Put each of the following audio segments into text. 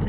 to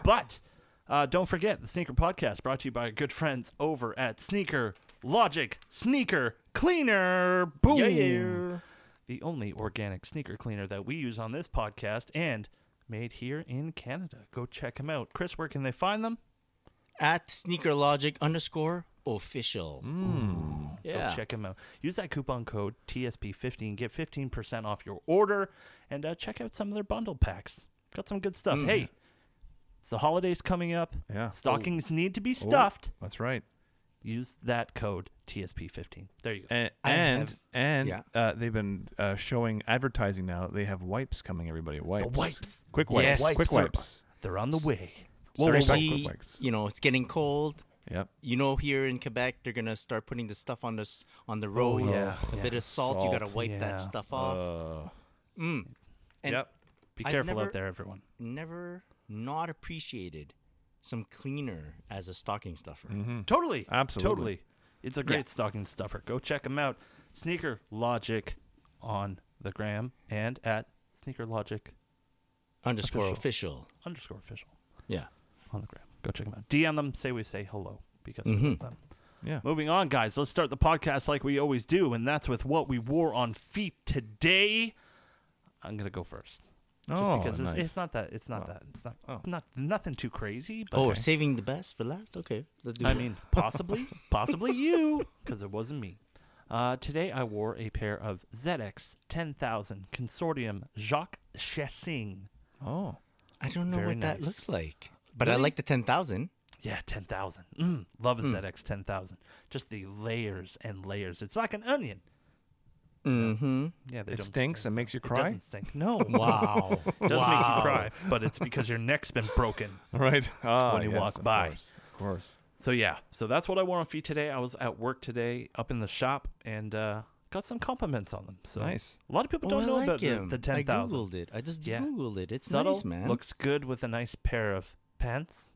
but uh, don't forget the Sneaker Podcast, brought to you by our good friends over at Sneaker Logic Sneaker Cleaner. Boom! The only organic sneaker cleaner that we use on this podcast and made here in Canada. Go check them out, Chris. Where can they find them? At sneakerlogic underscore official. Yeah. Go Hmm. check them out. Use that coupon code TSP15, get 15% off your order, and uh, check out some of their bundle packs. Got some good stuff. Hey, it's the holidays coming up. Mm-hmm. Yeah. Stockings need to be Oh, stuffed. That's right. Use that code TSP15. There you go. And I and, have- and yeah. uh, they've been uh, showing advertising now. They have wipes coming, everybody. Wipes. wipes. Quick wipes. Yes. Quick Wipes are- wipes. They're on the way. Well, Sorry, we'll back see, quick-wicks. you know, it's getting cold. Yep. You know, here in Quebec, they're gonna start putting the stuff on this on the road. Oh, yeah. A bit of salt. You gotta Salt, wipe yeah. that stuff off. Hmm. Uh, and yep. Be I've careful never- out there, everyone. never not appreciated some cleaner as a stocking stuffer. Totally. Hmm. Absolutely. Totally. It's a great stocking stuffer. Go check them out. Sneaker Logic on the gram and at Sneaker Logic Underscore official. underscore official. Yeah. on the gram. Go check them out. DM them. Say we say hello because Mm-hmm. we love them. Yeah. Moving on, guys. Let's start the podcast like we always do, and that's with what we wore on feet today. I'm gonna go first, just Oh, because it's, nice. it's not that it's not that it's not Oh. not nothing too crazy. But Oh, saving the best for last. Okay, let's do I that. mean, possibly, possibly you, because it wasn't me. Uh, today I wore a pair of ZX 10000 Consortium Jacques Chassing. Oh. I don't know Very what that nice. looks like, but I like the ten thousand. Yeah, 10,000. Mm, love the ZX 10,000. Just the layers and layers. It's like an onion. Mm-hmm. Yeah, they It don't stinks stink. and makes you It cry. doesn't stink. No. Wow, It does make you Wow. cry, but it's because your neck's been broken. Right. Ah, When you yes, walk of by. course, Of course. So, yeah. So that's what I wore on feet today. I was at work today up in the shop and uh, got some compliments on them. So Nice. A lot of people Oh, don't I know like about the, him. the 10,000. I googled it. I just Yeah. googled it. It's Subtle nice, man. looks good with a nice pair of pants.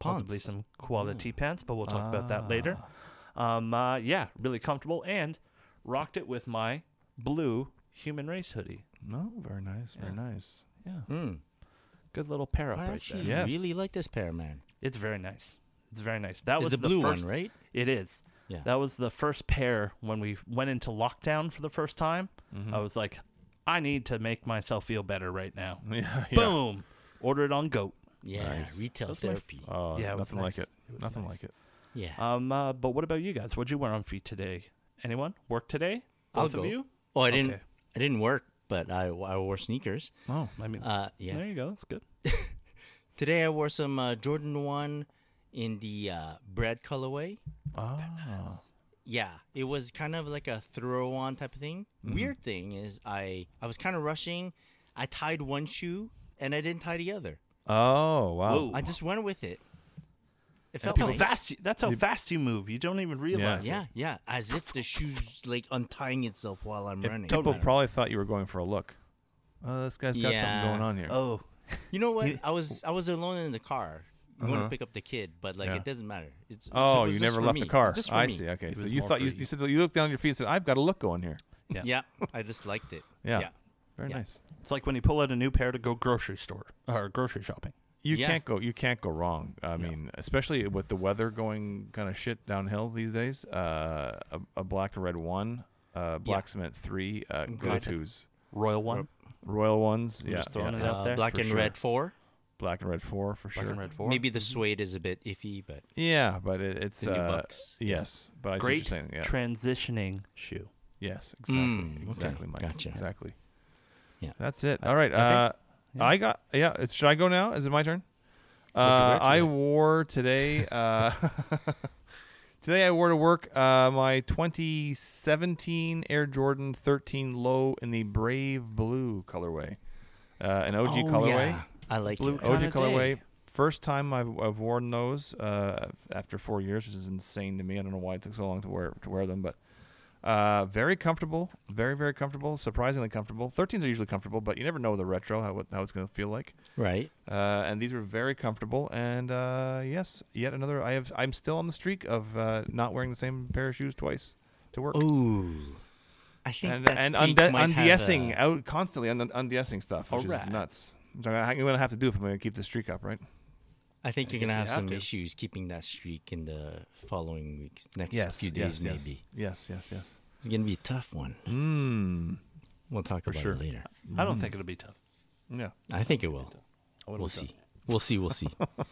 possibly Ponce. some quality pants, but we'll talk about Ah. that later. Um, uh, yeah, really comfortable and rocked it with my blue human race hoodie. No, very nice. Very nice. Yeah, Mm. good little pair up I right actually there. Yes. really like this pair, man. It's very nice. It's very nice. That It's was the blue one, first- right? It is. Yeah. That was the first pair when we went into lockdown for the first time. Mm-hmm. I was like, I need to make myself feel better right now. Yeah. yeah. Boom! Order it on Goat. Yeah, retail That's my f- therapy. Oh, Yeah, it was nothing like nice. it. nothing nice. like it. yeah, Um, uh, but what about you guys? What'd you wear on feet today? Anyone work today? I'll Both go. of you? Oh, I didn't. okay. I didn't work, but I, I wore sneakers. Oh, I mean, Uh, yeah. there you go. That's good. Today I wore some uh, Jordan One in the uh, bread colorway. Oh. ah, Yeah, it was kind of like a throw Mm-hmm. on type of thing. Weird thing is I I was kind of rushing. I tied one shoe and I didn't tie the other. Oh wow. Whoa. I just went with it. It felt That's how nice. fast. You, that's how fast you move. You don't even realize. Yeah, yeah. As if the shoe's like untying itself while I'm If running. people probably thought you were going for a look. Oh, this guy's got something going on here. Oh, you know what? You- I was I was alone in the car. You want to Uh-huh. pick up the kid, but like Yeah. it doesn't matter. It's Oh, it was you just never for left me. the It was car. just for I me. see. Okay, so was you more thought for you, you. you said you looked down at your feet and said, "I've got a look going here." Yeah, I just liked it. Yeah. yeah. Very Yeah. nice. It's like when you pull out a new pair to go grocery store or grocery shopping. You Yeah. can't go. You can't go wrong. I mean, especially with the weather going kind of shit downhill these days. Uh, a, a black and red one, uh, black cement three, uh, go tos, Royal one, royal ones. yeah, just throwing yeah, it yeah. out. Uh, there, black for and sure. red four. Black and red four Mm-hmm. for black sure. and red four. Maybe the suede is a bit iffy, but Yeah, but it, it's The new uh, Bucks. Yeah. Yes, but I see what great you're saying. Yeah. transitioning shoe. Yes, exactly, Mm, okay. exactly, Mike. Gotcha. Exactly. Yeah. That's it. All right. I uh, I got. Yeah. it's- Should I go now? Is it my turn? What'd you wear Uh, I today? wore today. Uh, today I wore to work uh, my 2017 Air Jordan 13 low in the brave blue colorway, uh, an OG Oh, colorway. yeah. I like blue it. color. OG Kinda colorway. dig. First time I've, I've worn those uh, after four years, which is insane to me. I don't know why it took so long to wear to wear them, but uh, very comfortable, very very comfortable, surprisingly comfortable. Thirteens are usually comfortable, but you never know with a retro how it- how it's going to feel like. Right. Uh, and these were very comfortable, and uh, yes, yet another. I have I'm still on the streak of uh, not wearing the same pair of shoes twice to work. Ooh. I Oh, think And, that's and peak unde- might have uh, undiessing a- out constantly un- undiessing stuff, which Alright. is nuts. Which I'm I'm gonna have to do if I'm gonna keep the streak up, right? I think you're guess gonna you have, have some to. issues keeping that streak in the following weeks, next few days maybe. Yes, yes, yes. It's gonna be a tough one. Hmm. Mm. We'll talk about sure. it later. I don't think it'll be tough. Yeah. I think it will. We'll see. We'll see. We'll see. All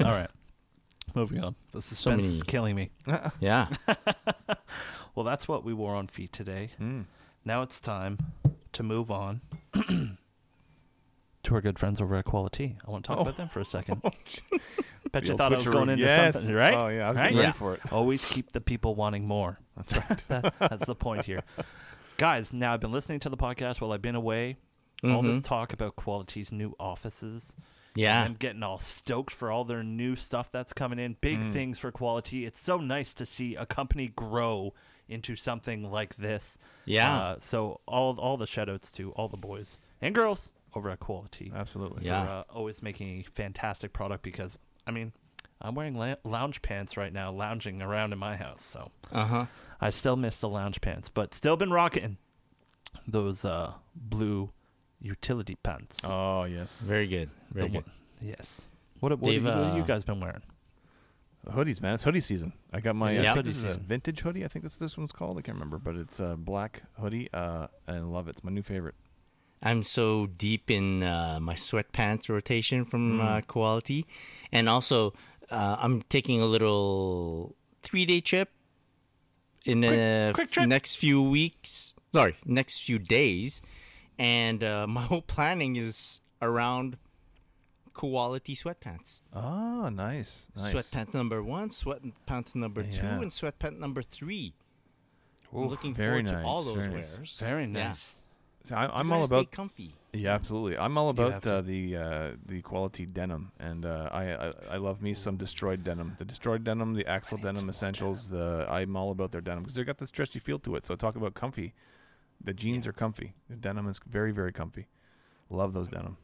right, moving on. The suspense is many- killing me. yeah. Well, that's what we wore on feet today. Now it's time to move on to our good friends over at Quality. I want to talk about them for a second. Bet you old thought I was switcheroo. going into Yes. something, right? Oh, yeah, I was right? getting ready for it. Always keep the people wanting more. That's right. that's the point here. Guys, now I've been listening to the podcast while I've been away. All this talk about Quality's new offices. Yeah. I'm getting all stoked for all their new stuff that's coming in. Big things for quality. It's so nice to see a company grow into something like this. Yeah. Uh, so all all the shout outs to all the boys and girls over at Quality. Absolutely. Yeah. For, uh, always making a fantastic product because I mean, I'm wearing la- lounge pants right now, lounging around in my house. So Uh huh. I still miss the lounge pants, but still been rocking those uh, blue utility pants. Oh yes. Very good. Very The good. one- Yes. What, what, have They've, you, what have you uh, guys been wearing? Hoodies, man. It's hoodie season. I got my. It is uh, hoodie this is a season. vintage hoodie. I think that's what this one's called. I can't remember, but it's a black hoodie. Uh, and I love it. It's my new favorite. I'm so deep in uh, my sweatpants rotation from Hmm. uh, Quality, and also uh, I'm taking a little three day trip in the quick f- trip. next few weeks. Sorry, next few days, and uh, my whole planning is around Quality sweatpants. Oh, nice. Nice. Sweatpant number one, sweatpant number two, Yeah. and sweatpant number three. Ooh, I'm looking very forward to nice, all those very nice. wears. Very Yeah. nice. So I, I'm You all gotta stay about. comfy. Yeah, absolutely. I'm all You have about to. uh, the uh, the quality denim, and uh, I, I I love me some destroyed denim. The destroyed denim, the axle denim essentials. The I'm all about their denim because they got the stretchy feel to it. So talk about comfy. The jeans are comfy. The denim is very very comfy. Love those denim.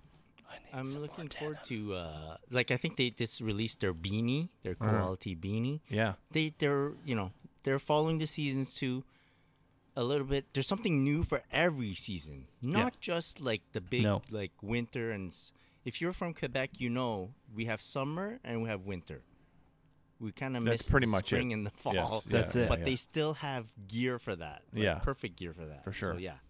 I'm looking forward to uh, like I think they just released their beanie, their Uh-huh. quality beanie. Yeah. They they're you know they're following the seasons too. A little bit. There's something new for every season, not just like the big No. like winter and. s- If you're from Quebec, you know we have summer and we have winter. We kind of That's miss pretty the much it. spring and the fall. Yes, yeah, That's it. But yeah. they still have gear for that. like, Yeah. perfect gear for that. For So, sure. yeah.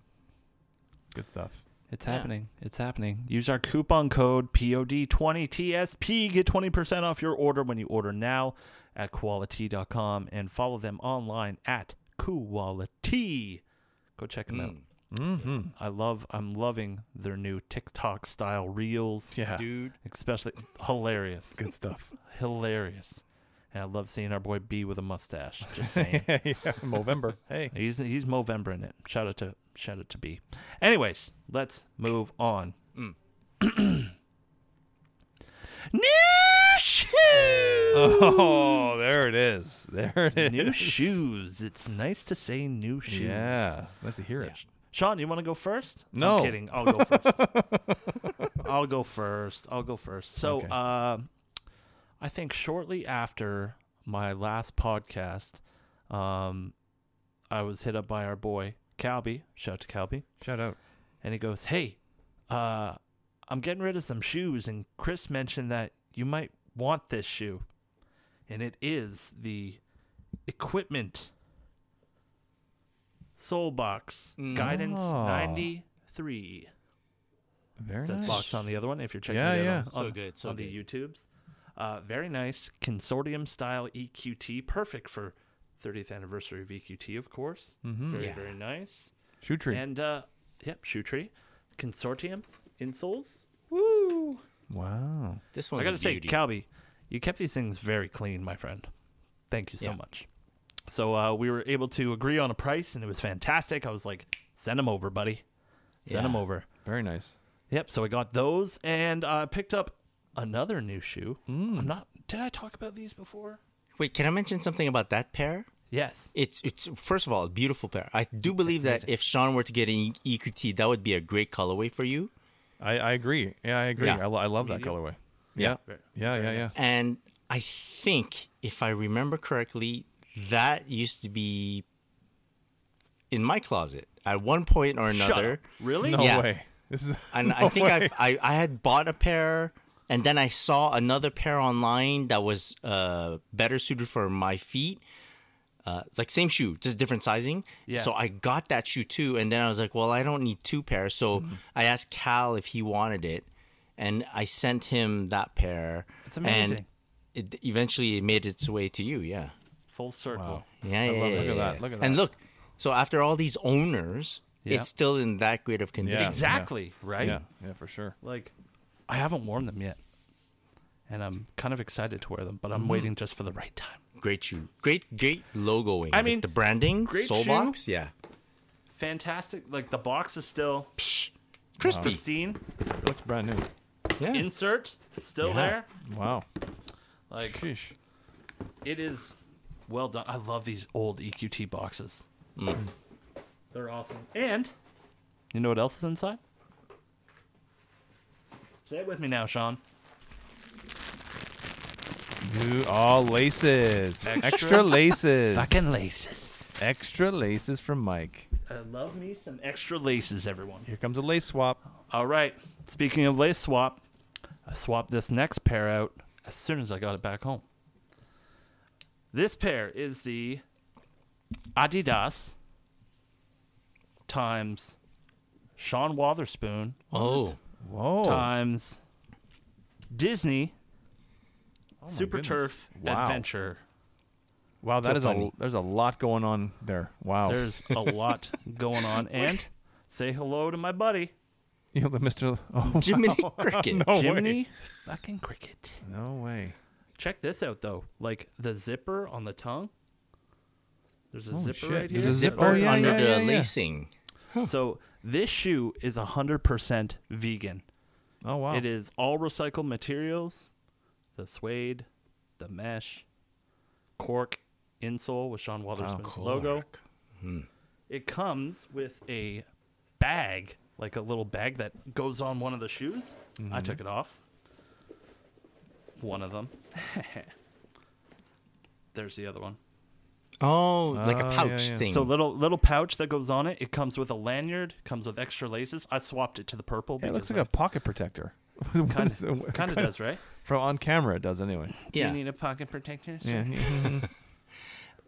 Good stuff. It's Yeah. happening. It's happening. Use our coupon code POD20TSP. Get 20% off your order when you order now at quality.com and follow them online at quality. Go check them Mm. out. Mm-hmm. I love I'm loving their new TikTok style reels. Yeah. Dude, Especially hilarious. Good stuff. hilarious. And I love seeing our boy B with a mustache. Just saying. yeah, Movember. Hey. He's he's Movember in it. Shout out to shout out to B. Anyways, let's move on. Mm. New shoes. Oh, there it is. There it is. New shoes. It's nice to say new shoes. Yeah. Nice to hear it. Sean, you want to go first? No. I'm kidding. I'll go first. I'll go first. I'll go first. So, Okay. um, I think shortly after my last podcast, um, I was hit up by our boy Calby. Shout out to Calby, Shout out. and he goes, "Hey, uh, I'm getting rid of some shoes, and Chris mentioned that you might want this shoe, and it is the equipment Soul Box Mm-hmm. Guidance Oh. 93." Very Says nice. box on the other one if you're checking Yeah, it out yeah. on, So on- good, so on the YouTubes. Uh, very nice consortium style EQT, perfect for 30th anniversary of EQT, of course. Very Mm-hmm. Yeah. very nice. Shoe tree. And uh, yep, shoe tree, consortium insoles. wow. This I one's gotta Oh, a say, beauty. Calby, you kept these things very clean, my friend. Thank you so Yeah. much. So uh, we were able to agree on a price, and it was fantastic. I was like, send them over, buddy. Send them Yeah. over. Very nice. Yep. So I got those, and I picked up another new shoe. Hmm. I'm not. Did I talk about these before? Wait, can I mention something about that pair? Yes. It's it's first of all a beautiful pair. I do believe that if Sean were to get an EQT, that would be a great colorway for you. I, I agree. Yeah, I agree. Yeah. I, lo- I love that colorway. Yeah. Yeah, yeah, yeah. And I think if I remember correctly, that used to be in my closet at one point or Shut another. up. Really? No Yeah. way. This is And I no think way. I've, I I had bought a pair, and then I saw another pair online that was uh, better suited for my feet. Uh, like same shoe, just different sizing. Yeah. So I got that shoe too, and then I was like, well, I don't need two pairs. So Mm-hmm. I asked Cal if he wanted it, and I sent him that pair. It's amazing. And it eventually it made its way to you. Yeah. Full circle. Yeah, yeah, love it. yeah, Look at yeah, that, yeah. look at And that. look, so after all these owners, Yeah. it's still in that great of condition. Yeah. Exactly. Right. Yeah, yeah, for sure. Like, I haven't worn them yet, and I'm kind of excited to wear them, but I'm waiting just for the right time. Great shoe. Great, great logoing. I Like mean, the branding, great soul shoe. box. Yeah. Fantastic. Like the box is still Crispy. pristine. It looks brand new. Yeah. Insert still Yeah. there. Wow. Like Sheesh. it is well done. I love these old EQT boxes. They're awesome. And Mm. you know what else is inside? Say it with me now, Sean. New all laces. Extra, laces. Fucking laces. Extra laces from Mike. I love me some extra laces, everyone. Here comes a lace swap. All right. Speaking of lace swap, I swapped this next pair out as soon as I got it back home. This pair is the Adidas times Sean Watherspoon Oh, Whoa. times Disney Oh my Super goodness. Turf Wow. Adventure. Wow, that So is funny. a there's a lot going on there. Wow. There's a lot going on. And say hello to my buddy, you know, the Mr. Oh, Jiminy Cricket. no way. Jiminy fucking Cricket. No way. Check this out though. Like the zipper on the tongue. There's a Oh, zipper shit. right here. There's a zipper. Zipper Oh, yeah, under yeah, the yeah, yeah. lacing. So this shoe is 100% vegan. Oh wow. It is all recycled materials, the suede, the mesh, cork insole with Sean Oh, Waterspoon's logo. Hmm. It comes with a bag, like a little bag that goes on one of the shoes. Mm-hmm. I took it off. One of them. There's the other one. Oh, like a Oh, yeah, pouch yeah. thing. Uh, So little little pouch that goes on it. It comes with a lanyard. Comes with extra laces. I swapped it to the purple. Yeah, it looks like because a pocket protector. kind of kind of does right. From on camera, it does anyway. yeah. Do you need a pocket protector? Yeah.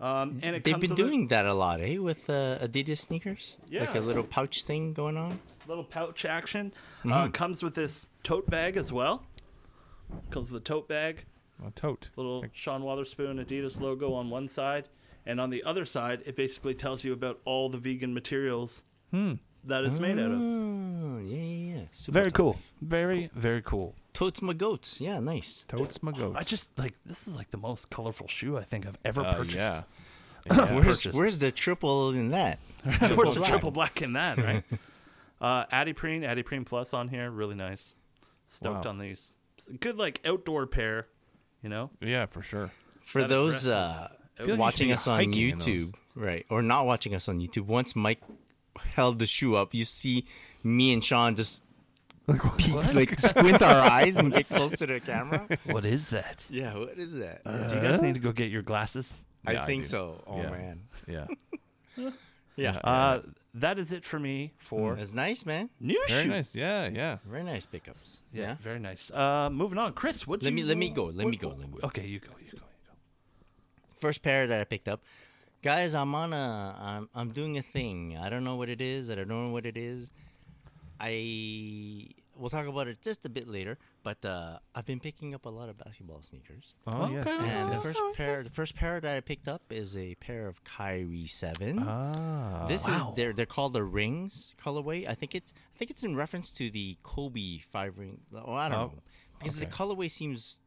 Um, and it They've comes been with a doing that a lot, eh? With uh, Adidas sneakers, like Yeah. a little pouch thing going on. little pouch action. Uh, comes with this tote bag as well. Comes with a tote bag. a tote. Little Sean Watherspoon Adidas logo on one side, and on the other side, it basically tells you about all the vegan materials that it's made out of. Ah. Oh, yeah, yeah, yeah. Super Very tough. cool. Very very cool. Totes my goats. Yeah, nice. Totes my goats. I just like this is like the most colorful shoe I think I've ever Uh, purchased. yeah. Where's, purchased. where's the triple in that? Where's the black. triple black in that, right? uh, Adiprene, Adiprene Plus on here, really nice. Stoked Wow. on these. It's a good like outdoor pair, you know. Yeah, for sure. For That those aggressive. uh, like you should watching be us on hiking in those. YouTube, right, or not watching us on YouTube, once Mike held the shoe up, you see me and Sean just peek, like squint our eyes and get close to the camera. What is that? Yeah, what is that? Do you guys need to go get your glasses? I Yeah, I think do. so. Oh Yeah. man, Yeah. yeah, Uh, that is it for me for that's nice, man. new Very shoe. nice. Yeah, yeah. Very nice pickups. Yeah. very nice. Uh, moving on, Chris. What Let you, me let me go. Let what- me go. Let me go. Okay, you go. You go. You First pair that I picked up, guys. I'm on a. I'm I'm doing a thing. I don't know what it is. I don't know what it is. I we'll talk about it just a bit later. But uh, I've been picking up a lot of basketball sneakers. Oh, Okay. yes. yes, And the yes. first pair, the first pair that I picked up is a pair of Kyrie Seven. Ah. This Wow. is they're they're called the rings colorway. I think it's I think it's in reference to the Kobe five ring. Oh, I don't Oh, know because the okay. colorway seems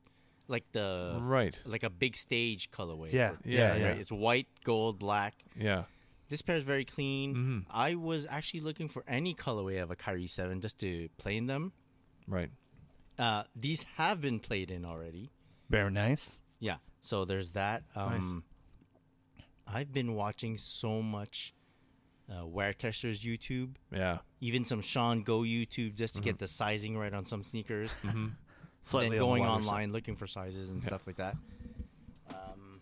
like the Right. like a big stage colorway. Yeah, for- yeah, yeah. Right? It's white, gold, black. Yeah. This pair is very clean. Mm-hmm. I was actually looking for any colorway of a Kyrie seven just to play in them. Right. Uh, these have been played in already. go. Very nice. Yeah. So there's that. Um, I've been watching so much uh, wear testers YouTube, Yeah. even some Sean Go YouTube, just to Mm-hmm. get the sizing right on some sneakers. Slightly on the then going wider side. online looking for sizes and stuff like that. Um,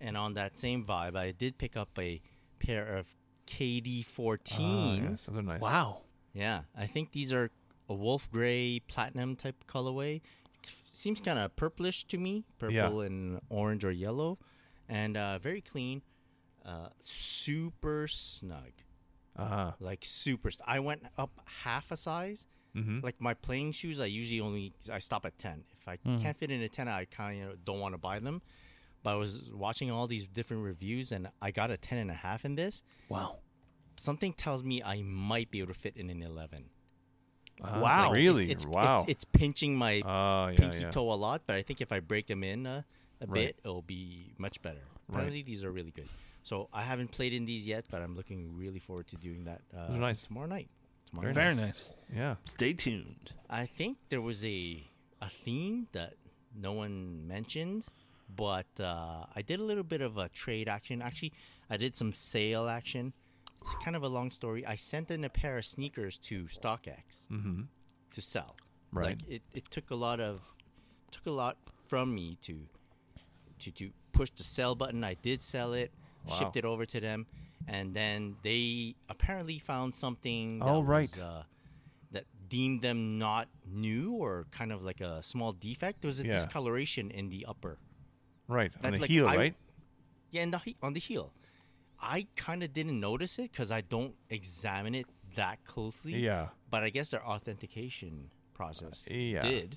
and on that same vibe, I did pick up a pair of Ah, KD14. yes. Those are nice. Wow. Yeah, I think these are a wolf gray platinum type colorway. Seems kind of purplish to me, purple Yeah. and orange or yellow, and uh, very clean. Uh, super snug, Uh-huh. like super. St- I went up half a size. Mm-hmm. Like my playing shoes, I usually only I stop at ten. If I Mm-hmm. can't fit in a ten, I kind of don't want to buy them. But I was watching all these different reviews, and I got a ten and a half in this. Wow. Something tells me I might be able to fit in an eleven. Ah, Wow. Like, Really? It's, wow. It's, it's pinching my Ah, yeah, pinky yeah. toe a lot, but I think if I break them in uh, a Right. bit, it'll be much better. Apparently, these are really good. So I haven't played in these yet, but I'm looking really forward to doing that uh, are nice. tomorrow night. Tomorrow night. Very nice. yeah. Stay tuned. I think there was a a theme that no one mentioned, but uh, I did a little bit of a trade action. Actually, I did some sale action. It's kind of a long story. I sent in a pair of sneakers to StockX to sell. Mm-hmm. Right. Like it, it took a lot of took a lot from me to to to push the sell button. I did sell it, shipped it over to them, and then they apparently found something. That Oh, right. Was, uh, that deemed them not new or kind of like a small defect. There was a Yeah. discoloration in the upper. Right. That's On the like- heel, I- right? Yeah, in the he- on the heel. I kind of didn't notice it because I don't examine it that closely. Yeah. Uh, But I guess their authentication process yeah. did.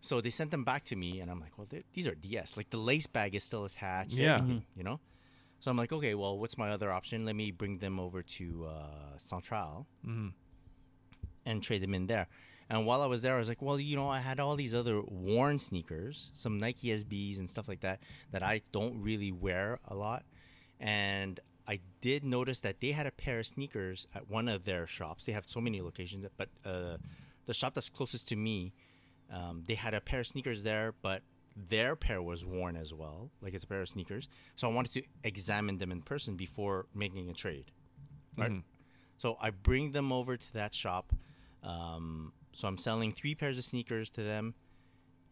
So they sent them back to me, and I'm like, well, th- these are DS. Like the lace bag is still attached. Yeah. everything, You know? So I'm like, okay, well, what's my other option? Let me bring them over to uh, Central and trade them in there. And while I was there, I was like, well, you know, I had all these other worn sneakers, some Nike SBs and stuff like that, that I don't really wear a lot. And I did notice that they had a pair of sneakers at one of their shops. They have so many locations, but uh, the shop that's closest to me, um, they had a pair of sneakers there, but their pair was worn as well. Like it's a pair of sneakers. So I wanted to examine them in person before making a trade. Right? So I bring them over to that shop. Um, so I'm selling three pairs of sneakers to them.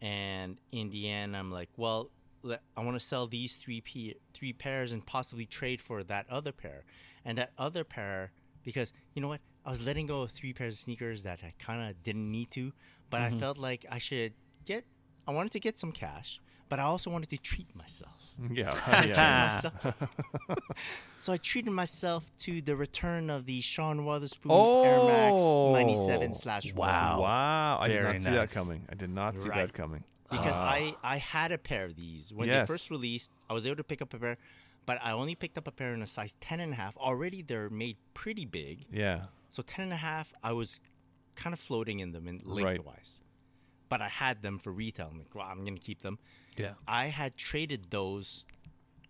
And in the end, I'm like, well, le- I want to sell these three p- three pairs and possibly trade for that other pair. And that other pair, because you know what? I was letting go of three pairs of sneakers that I kind of didn't need to, but I felt like I should get, I wanted to get some cash, but I also wanted to treat myself. Yeah. yeah. Ah. Myself. so I treated myself to the return of the Sean Witherspoon Oh. Air Max 97 slash Wow. Wow. I did Very not see that nice. coming. I did not see that Right. coming. Because I, I had a pair of these. When Ah. Yes. they first released, I was able to pick up a pair, but I only picked up a pair in a size 10 and a half. Already they're made pretty big. Yeah. So 10 and a half, I was kind of floating in them in lengthwise. but I had them for retail. I'm like, well, I'm gonna keep them. Yeah. I had traded those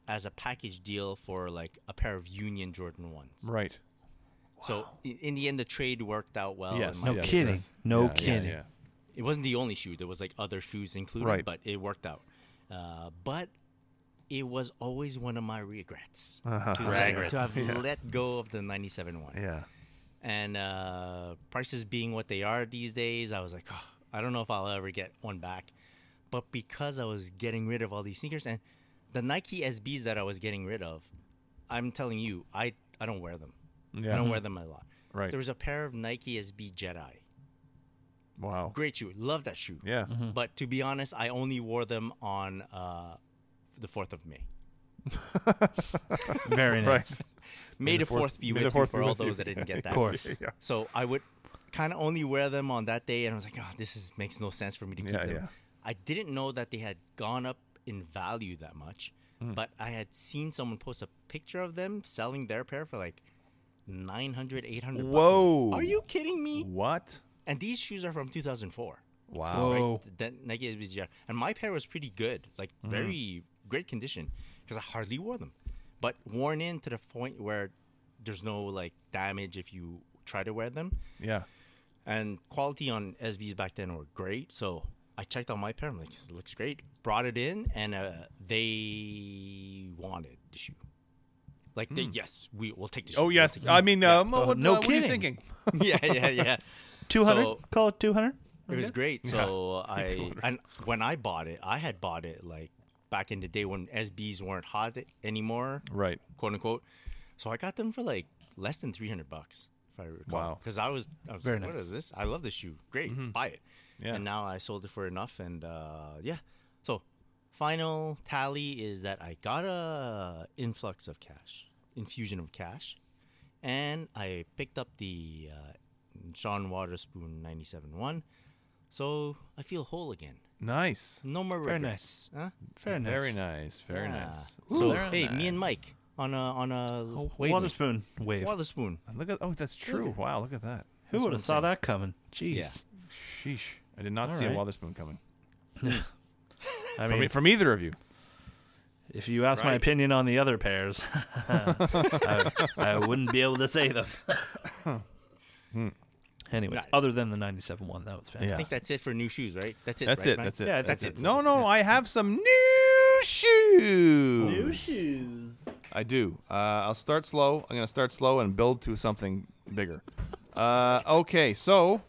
as a package deal for like a pair of Union Jordan ones. Right. So in, in the end, the trade worked out well. and Yes. Oh, my- No yes, kidding. yes. No Yeah, yeah, kidding. yeah. it wasn't the only shoe. There was like other shoes included, Right. but it worked out. Uh, but it was always one of my regrets Uh-huh. to, Regrets. to have let go of the '97 one. Yeah. And uh, prices being what they are these days, I was like, oh, I don't know if I'll ever get one back. But because I was getting rid of all these sneakers and the Nike SBs that I was getting rid of, I'm telling you, I, I don't wear them. Yeah. I don't wear them a lot. Mm-hmm. Right. There was a pair of Nike SB Jedi. Wow. Great shoe. Love that shoe. Yeah. But to be honest, I only wore them on uh, the 4th of May. Very nice. Right. May the the 4th fourth be may with the 4th you for be all with you. those that didn't get that. Of course. Yeah. So I would kind of only wear them on that day, and I was like, "Oh, this is makes no sense for me to keep Yeah, them." yeah. I didn't know that they had gone up in value that much, Hmm. but I had seen someone post a picture of them selling their pair for like 900 800 bucks. Whoa. Are you kidding me? What? And these shoes are from 2004. Wow. Whoa. Right? Oh. That Nike SBGR. And my pair was pretty good, like very great condition, because I hardly wore them, but worn in to the point where there's no like damage if you try to wear them. Yeah. And quality on SBs back then were great, so I checked on my pair. I'm like, this looks great. Brought it in, and uh, they wanted the shoe. Like, they, yes, we will take the shoe. Oh we'll yes. take the I shoe." mean, uh, mo- Oh, what, no uh, what are you kidding. thinking? yeah, yeah, yeah. Two hundred. So- Call it two hundred. It was great. So I 200. and when I bought it, I had bought it like back in the day when SBs weren't hot anymore, Right. quote unquote. So I got them for like less than three hundred bucks, if I recall. Wow. Because I was, I was Very like, "What nice. is this? I love this shoe. Great, buy it." Mm-hmm. Yeah. And now I sold it for enough, and uh, yeah. So final tally is that I got a influx of cash, infusion of cash, and I picked up the uh, John Waterspoon 97.1. So I feel whole again. Nice. No more Very regrets. Huh? Very nice. Very nice. Very Yeah. nice. So Very hey, me and nice. Oh, Mike on a on Oh, a wavelength. Waterspoon wave. Waterspoon. Look at. Oh, that's true. Wow. Look at that. Who That's would what I'm have saw saying. that coming? Jeez. Yeah. Sheesh. I did not All see right. a Watherspoon coming. I From, mean, e- from either of you. if you ask my Right. opinion on the other pairs, I, I wouldn't be able to say them. Anyways, Nice. other than the 97 one, that was I fantastic. think that's it for new shoes, right? That's it. That's right, it. Mike? That's it. Yeah, that's it. No, no. I have some new shoes. New shoes. I do. Uh, I'll start slow. I'm gonna start slow and build to something bigger. Uh, okay, so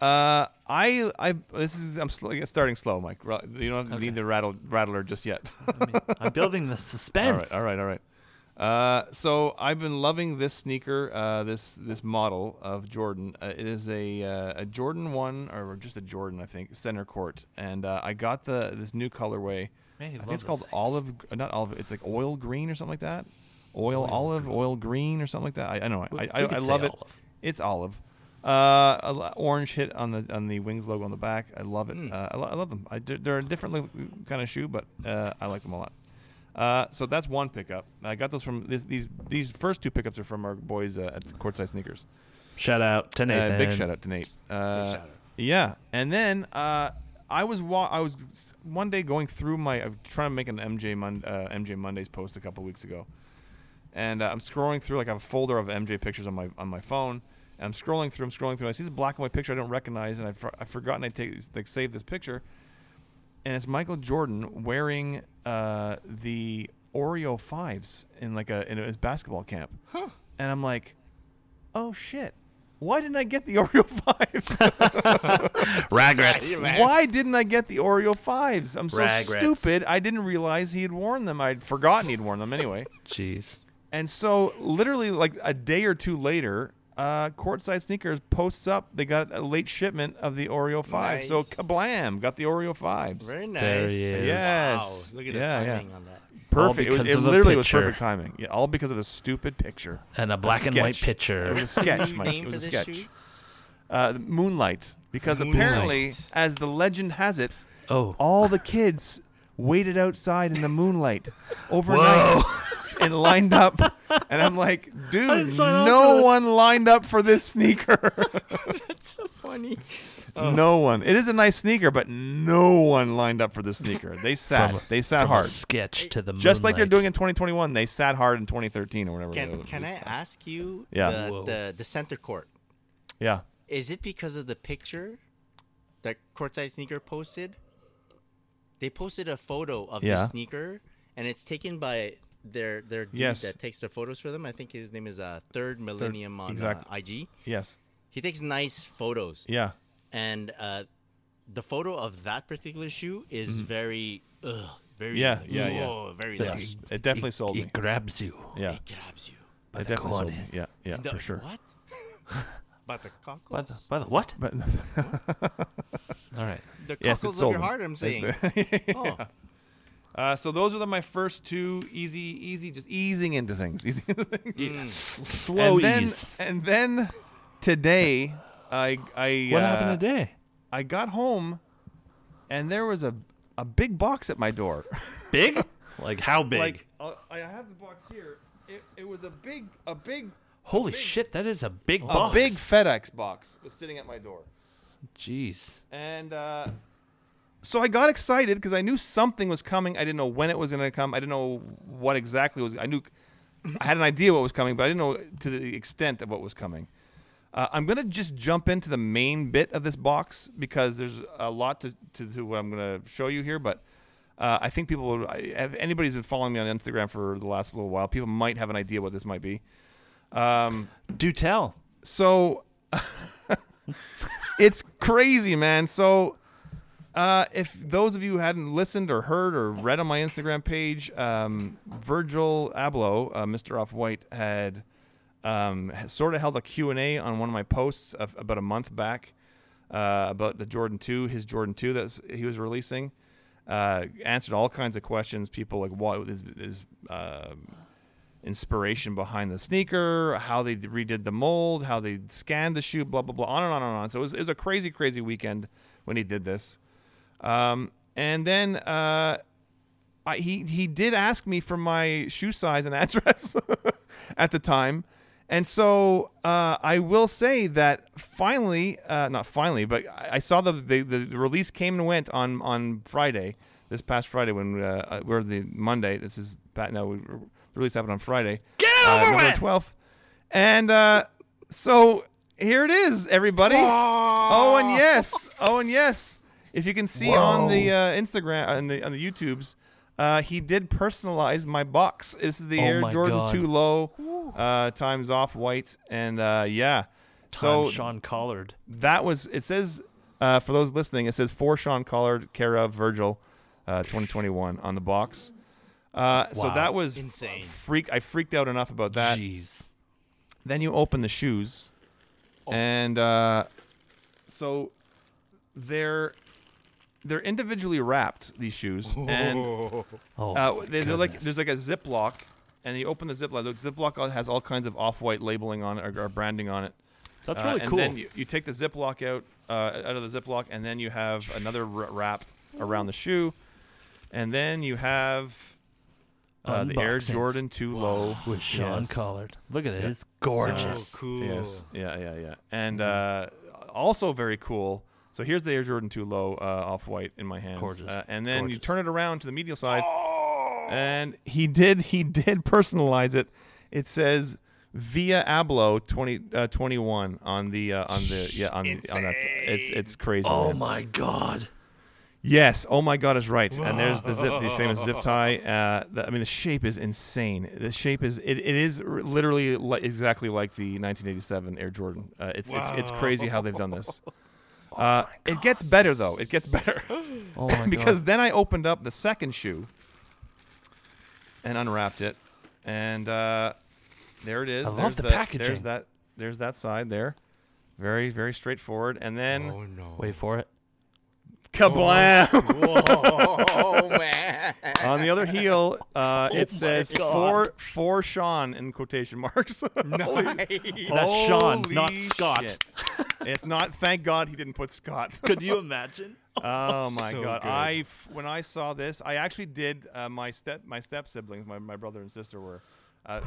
uh, I I this is I'm sl- starting slow, Mike. Ra- You don't need the rattle rattler just yet. I'm building the suspense. All right, all right, all right. Uh, so I've been loving this sneaker, uh, this this model of Jordan. Uh, it is a uh, a Jordan one or just a Jordan, I think, center court, and uh, I got the this new colorway. Man, you I love think it's those called things. olive, uh, not olive. It's like oil green or something like that. Oil, olive, oil green or something like that. I, I know. I, I, we could I say love it. olive. It's olive. Uh, a lo- orange hit on the on the wings logo on the back. I love it. Hmm. Uh, I, lo- I love them. I, they're- they're a different li- kind of shoe, but uh, I like them a lot. Uh, so that's one pickup. I got those from these these, these first two pickups are from our boys uh, at Courtside Sneakers. Shout out to Uh, Nathan. big shout out to Nate. Uh, shout out. Yeah, and then uh, I was wa- I was one day going through my I'm trying to make an MJ Mon- uh, MJ Mondays post a couple weeks ago, and uh, I'm scrolling through like I have a folder of MJ pictures on my on my phone. And I'm scrolling through. I'm scrolling through. And I see this black and white picture I don't recognize, and I've, for- I've forgotten I take like saved this picture, and it's Michael Jordan wearing uh, the Oreo fives in like a in his basketball camp, and I'm like, oh shit, why didn't I get the Oreo fives? Yeah, Regrets. right. Why didn't I get the Oreo fives? I'm so Ragrets. stupid. I didn't realize he had worn them. I'd forgotten he'd worn them anyway. Jeez. And so, literally, like a day or two later, uh, Courtside Sneakers posts up they got a late shipment of the Oreo fives. So, Nice. kablam! Got the Oreo fives. Very nice. There he is. Yes. Wow. Look at Yeah, the yeah. timing on that. Perfect. It, was, because it of a literally was picture. perfect timing. Yeah, all because of a stupid picture. And a black and white picture. It was a sketch, New Mike. name It was a for this sketch. shoe? Uh, Moonlight. Because Moonlight. apparently, as the legend has it, Oh. all the kids waited outside in the moonlight overnight and lined up. And I'm like, dude, sign up for no this." one lined up for this sneaker. funny. Oh. No one. It is a nice sneaker, but no one lined up for this sneaker. They sat. they sat From hard. a sketch to the Just like they're doing moonlight. in 2021, they sat hard in 2013 or whatever. Can it can was. I ask you? Yeah. The, Whoa. the the center court. Yeah. Is it because of the picture that Courtside Sneaker posted? They posted a photo of Yeah. the sneaker, and it's taken by their their dude Yes. that takes their photos for them. I think his name is uh, Third Millennium on exactly. uh, IG. Yes. He takes nice photos, Yeah. and uh, the photo of that particular shoe is very, ugh, very, Mm-hmm. Yeah, like, yeah, yeah. whoa, very Yes. like, It- It definitely sold it, me. it grabs you. Yeah. it grabs you. by it the definitely sold me. cornes. Yeah. Yeah. The- For sure. What? But By the the, cockles. by the what? But All right. The Yes, it cockles of sold your me. heart. I'm saying. Oh. uh, so those are the, my first two easy, easy, just easing into things. Easy into things. mm. Slow and then, ease. And then today, I I What uh, happened today? I got home, and there was a a big box at my door. Big? like how big? like i I have the box here. It, it was a big a big Holy shit! That is a big a box. big FedEx box was sitting at my door, Jeez. and. uh so I got excited because I knew something was coming. I didn't know when it was going to come. I didn't know what exactly was. I knew, I had an idea what was coming, but I didn't know to the extent of what was coming. Uh, I'm gonna just jump into the main bit of this box because there's a lot to, to, to what I'm gonna show you here. But uh, I think people, would, I, if anybody's been following me on Instagram for the last little while, people might have an idea what this might be. Um, Do tell. so it's crazy, man. So uh, if those of you who hadn't listened or heard or read on my Instagram page, um, Virgil Abloh, uh, Mr. Off White, had um, sort of held a Q&A on one of my posts of, about a month back uh, about the Jordan 2, his Jordan 2 that he was releasing. Uh, answered all kinds of questions. People like what is, is um, inspiration behind the sneaker, how they redid the mold, how they scanned the shoe, blah blah blah, on and on and on. So it was, it was a crazy, crazy weekend when he did this. Um, and then uh, I, he he did ask me for my shoe size and address at the time, and so uh, I will say that finally, uh, not finally, but I, I saw the, the the release came and went on on Friday, this past Friday when uh, uh, we're the Monday. This is pat no, we, the release happened on Friday. Get over uh, with! twelfth, and uh, so here it is, everybody. Oh, and yes. Oh, and yes. If you can see on the uh, Instagram on the on the YouTubes, uh, he did personalize my box. This is the Oh Air my Jordan God. Two Low uh, times off white, and uh, yeah. So So Sean Collard. that was. It says uh, for those listening, it says for Sean Collard, care of Virgil, uh, 2021 on the box. Uh, So Wow. that was Insane. Freak. I freaked out enough about that. Jeez. Then you open the shoes, Oh. and uh, so they're they're individually wrapped. These shoes, and Oh. uh, they, they're like there's like a Ziploc, and you open the Ziploc. The Ziploc has all kinds of off-white labeling on it or, or branding on it. That's Uh, really and cool. then you, you take the Ziploc out uh, out of the Ziploc, and then you have another r- wrap around the shoe, and then you have uh, the Air Unboxings. Jordan Too Low with Sean Yes. Collard. Look at it. It's Oh, gorgeous. cool. Yes. Yeah, yeah, yeah. And uh, Mm-hmm. also very cool. So here's the Air Jordan 2 Low uh, off white in my hands. Gorgeous. Uh, and then you Gorgeous. Oh! turn it around to the medial side. And he did he did personalize it. It says Via Ablo 20 uh, 21 on the uh, on the yeah on the, on that s- it's it's crazy. oh man. my god. Yes. Oh my God, is right. And there's the zip, the famous zip tie. Uh, the, I mean, the shape is insane. The shape is it, it is r- literally li- exactly like the 1987 Air Jordan. Uh, it's it's it's crazy how they've done this. Uh, it gets better though. It gets better Oh my because god. then I opened up the second shoe and unwrapped it, and uh, there it is. I love there's the that, packaging. There's that. There's that side there. Very very straightforward. And then Oh no. Wait for it. kablam! Whoa, Oh, man. On the other heel, uh, it Oh my says God. for for Sean in quotation marks. Nice. That's Sean, Holy not Scott. shit. it's not. Thank God he didn't put Scott. Could you imagine? Oh my So God! good. I f- when I saw this, I actually did. Uh, my step my step siblings, my, my brother and sister were uh,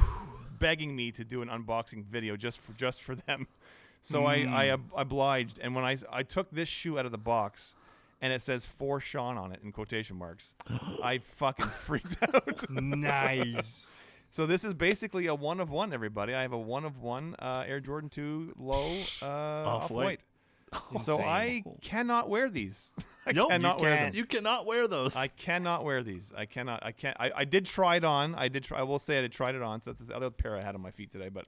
begging me to do an unboxing video just for just for them. So I, Hmm. I ob- obliged, and when I s- I took this shoe out of the box, and it says for Sean on it in quotation marks, I fucking freaked out. nice. So this is basically a one of one, everybody. I have a one of one uh, Air Jordan Two Low uh, off white. Off-white. So I Insane. cannot wear these. I Nope, you cannot wear them. You cannot wear those. I cannot wear these. I cannot. I can't. I, I did try it on. I did. Try, I will say I did tried it on. So that's the other pair I had on my feet today. But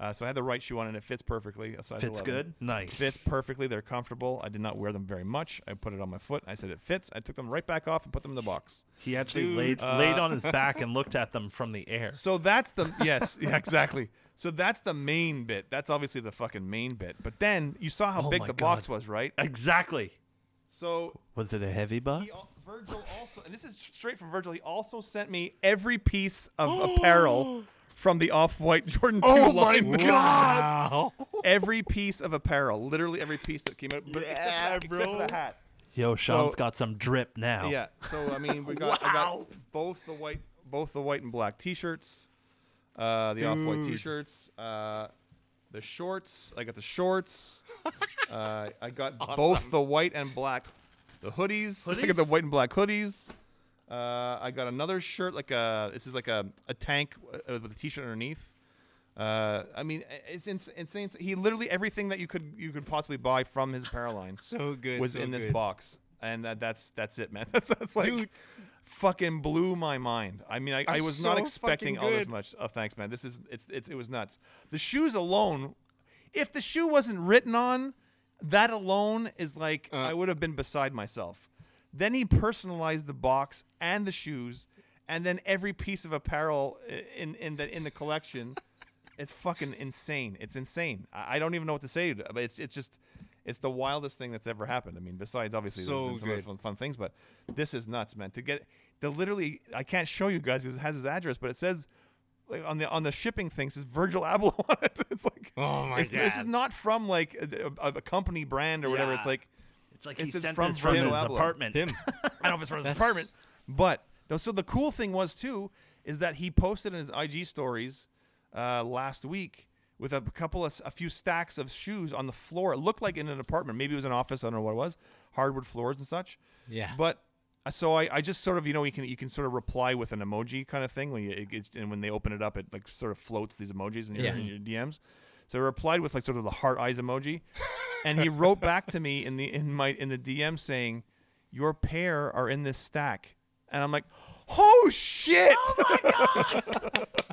uh, so I had the right shoe on and it fits perfectly. A size Fits 11. good. Nice. Fits perfectly. They're comfortable. I did not wear them very much. I put it on my foot. I said it fits. I took them right back off and put them in the box. He actually Dude, laid uh, laid on his back and looked at them from the air. So that's the yes, yeah, exactly. So that's the main bit. That's obviously the fucking main bit. But then you saw how Oh big my the box God. was, right? Exactly. So Was it a heavy buck? He al- Virgil also, and this is straight from Virgil. He also sent me every piece of apparel from the off-white Jordan Two line. Oh God. Every piece of apparel, literally every piece that came out, but except, Yeah, for, the- except for bro. the hat. Yo, Sean's So- got some drip now. Yeah. So I mean, we got I got both the white, both the white and black T-shirts, uh, the off-white T-shirts, uh, the shorts. I got the shorts. uh, I got both the white and black, the hoodies. I got the Hoodies? white and black hoodies. Uh, I got another shirt, like a this is like a, a tank uh, with a T-shirt underneath. Uh, I mean, i- it's ins- insane. He literally everything that you could you could possibly buy from his apparel line So good. was so in this good. box, and uh, that's that's it, man. That's, that's like Dude. fucking blew my mind. I mean, I, I That's was not so expecting fucking all this good. much. Oh, thanks, man. This is it's it's it was nuts. The shoes alone, if the shoe wasn't written on, that alone is like Uh. I would have been beside myself. Then he personalized the box and the shoes, and then every piece of apparel i- in in the in the collection. It's fucking insane. It's insane. I, I don't even know what to say. But it's it's just it's the wildest thing that's ever happened. I mean, besides obviously So there's been some other good. fun, fun things, but this is nuts, man. To get the literally, I can't show you guys because it has his address, but it says like on the on the shipping thing it says Virgil Abloh on it. It's like Oh my it's- This is God. not from like a, a, a company brand or whatever. It's Yeah. like It's like It he says sent from this from his Virgil Abloh. apartment. Him. I don't know if it's from his That's- apartment, but though, so the cool thing was too is that he posted in his IG stories uh, last week with a couple of a few stacks of shoes on the floor. It looked like in an apartment, maybe it was an office. I don't know what it was, hardwood floors and such. Yeah. But uh, so I, I just sort of you know you can you can sort of reply with an emoji kind of thing when you it, it's- and when they open it up it like sort of floats these emojis in your, Yeah. in your DMs. So I replied with like sort of the heart eyes emoji, and he wrote back to me in the in my in the DM saying, "Your pair are in this stack," and I'm like, "Oh shit!"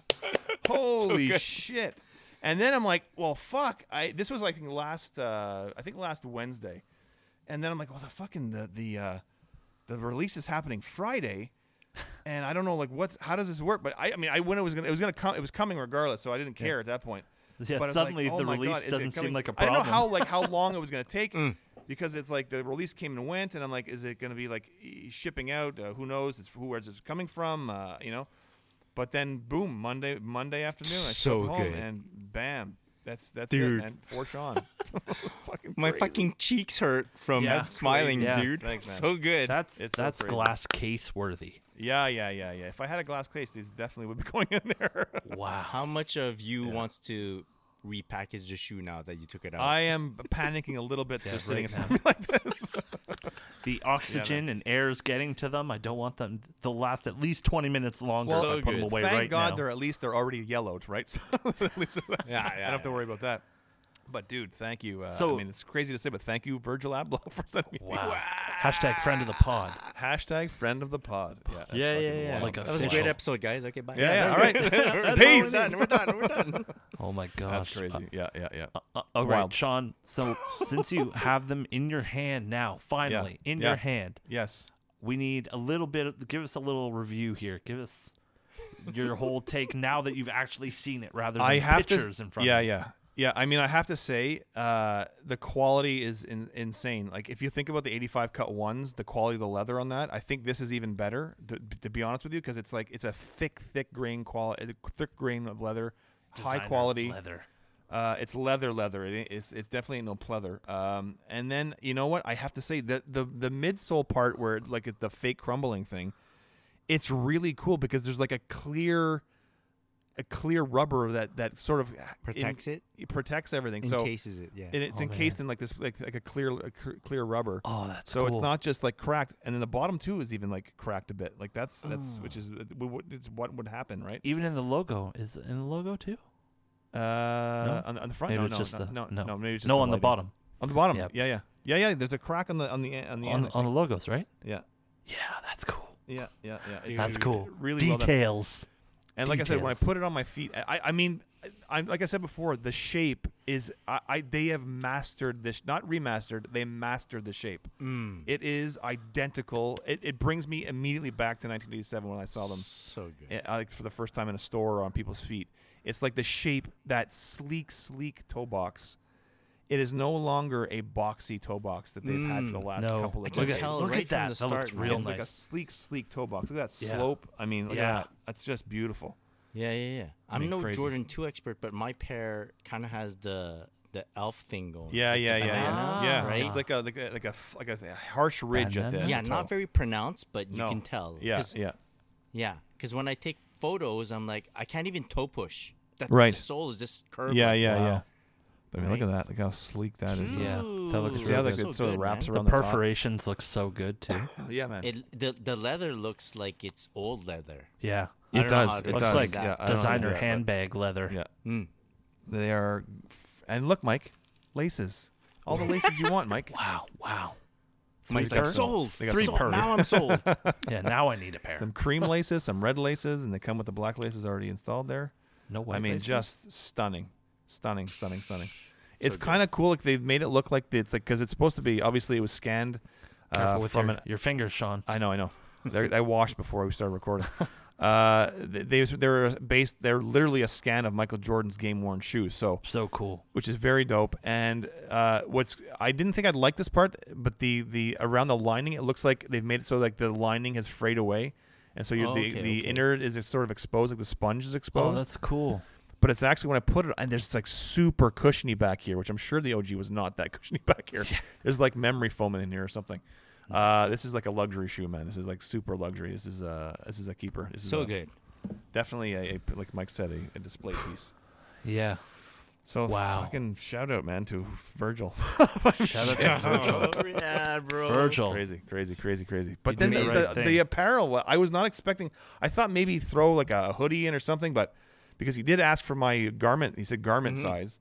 Holy shit! And then I'm like, well, fuck. I this was like last uh, I think last Wednesday, and then I'm like, well, the fucking the the uh, the release is happening Friday, and I don't know like what's how does this work? But I I mean I when it was gonna it was gonna come it was coming regardless, so I didn't care at that point. Yeah, But I was suddenly oh the my release is it doesn't seem coming- like a I don't know problem. Mm. how like how long it was gonna take. Because it's like the release came and went, and I'm like, is it going to be like e- shipping out? Uh, who knows? It's who where's it coming from? Uh, you know, but then boom, Monday Monday afternoon, I So showed home good. and bam, that's that's Dude. it, man. For Sean, fucking My crazy. fucking cheeks hurt from Yeah. That's smiling, crazy. Yeah. dude. Thanks, man. So good. That's It's so that's crazy. glass case worthy. yeah, yeah, yeah, yeah. If I had a glass case, these definitely would be going in there. Wow. How much of you wants to repackage the shoe now that you took it out? I am panicking a little bit. that They're sitting in right front of me like this. The oxygen and air is getting to them. I don't want them to last at least 20 minutes longer Well, if I so put them good. away Thank right God now. they're at least they're already yellowed, right? So at least Yeah, I don't have to yeah, worry about that. But dude, thank you. Uh, I So- mean, it's crazy to say, but thank you, Virgil Abloh, for sending me. Wow. Hashtag friend of the pod. Hashtag friend of the pod. Yeah, that's Yeah, yeah, fucking yeah. wild. Like a that was a official. great episode, guys. Okay, bye. Yeah, yeah, all right. Peace. Peace. We're done. We're done. We're done. Oh my gosh. That's crazy. Yeah, yeah, yeah. Uh, all right, Wild. Sean. So since you have them in your hand now, finally in yeah. your hand, Yes. we need a little bit. Of, give us a little review here. Give us your whole take now that you've actually seen it, rather than I have pictures to, in front. Yeah, of you. yeah, yeah. I mean, I have to say, uh, the quality is in, insane. Like, if you think about the eighty-five cut ones, the quality of the leather on that, I think this is even better. To, to be honest with you, because it's like it's a thick, thick grain quality, thick grain of leather, high Designer quality. leather. Uh, it's leather, leather. It, ain't- it's it's definitely ain't no pleather. Um, and then you know what? I have to say that the the midsole part where it- like it's the fake crumbling thing, it's really cool because there's like a clear a clear rubber that that sort of Protects it? it protects everything. so Encases it, yeah. and it's Oh, encased man. in like this like like a clear a cr- clear rubber. Oh, that's so it's cool. not just like cracked, and then the bottom too is even like cracked a bit. Like that's that's Oh. which is w- w- it's what would happen, right? Even in the logo, is it in the logo too? Uh, on, the- on the front, Maybe no, it's no, just no, the no, no, maybe it's just no on the lighting. bottom On the bottom, Yep. yeah, yeah, yeah, yeah. There's a crack on the on the en- on the on end. the, I on the think. logos, right? yeah, Yeah, that's cool. yeah, yeah, yeah. It's That's really- cool. Really well done. Details. And like I said, when I Details. put it on my feet, I, I mean, I, like I said before, the shape is I, I they have mastered this, not remastered, they mastered the shape. It is identical. It, it brings me immediately back to 1987 when I saw them, So good. eh, I- like for the first time in a store or on people's feet. It's like the shape that sleek, sleek toe box. It is no longer a boxy toe box that they've had for the last Mm, no. couple I of can decades. tell look right at from that. the that looks start, man. real it's nice. like a sleek, sleek toe box. Look at that Yeah. slope. I mean, look Yeah. at that. That's just beautiful. Yeah, yeah, yeah. I'm mean, no crazy. Jordan 2 expert, but my pair kind of has the the elf thing going. Yeah, like the yeah, yeah, yeah, banana, yeah. Right? It's like a like a like a f- like a th- harsh ridge at Banana? the yeah, the not toe. very pronounced, but you No. can tell. Yeah, 'Cause- yeah, Yeah, because when I take photos, I'm like, I can't even toe push. That Right. The sole is just yeah, curved. yeah, like- yeah. Wow. But I mean, look at that! Look how sleek that is. Yeah, that Ooh, looks See how real like, good. it sort of wraps man. The around the, top? perforations look so good too. Yeah, man. It, the the leather looks like it's old leather. Yeah, I It don't know does. how they It looks did does. like that. yeah, I don't know how they designer do that, but- handbag leather. Yeah, Mm. they are. F- and look, Mike, laces. All the laces you want, Mike. Wow, wow. Mike's Three like per. sold. They got Three sold. per. Now I'm sold. Yeah, now I need a pair. Some cream laces, some red laces, and they come with the black laces already installed there. No way. I mean, just stunning, stunning, stunning, stunning. It's kind of cool. Like they've made it look like it's like because it's supposed to be. Obviously, it was scanned careful uh, with from your, an your fingers, Sean. I know, I know. They're, I washed before we started recording. Uh, th- they they're based. They're literally a scan of Michael Jordan's game worn shoes. So, So cool. which is very dope. And uh, what's I didn't think I'd like this part, but the the around the lining, it looks like they've made it so like the lining has frayed away, and so you're, the Okay, the okay. inner is sort of exposed, like the sponge is Oh, exposed. that's cool. but it's actually when I put it, and there's like super cushiony back here, which I'm sure the OG was not that cushiony back here. There's like memory foam in here or something. Uh, this is like a luxury shoe, man. This is like super luxury. This is a this is a keeper. This is so a- good. Definitely a, a like Mike said, a, a display piece. Yeah. So Wow. fucking shout out, man, to Virgil. Shout out to Virgil. yeah, bro. Virgil. crazy, crazy, crazy, crazy. But then did the, the right the, thing. the apparel, wa- I was not expecting. I thought maybe throw like a hoodie in or something, but because he did ask for my garment, he said garment size.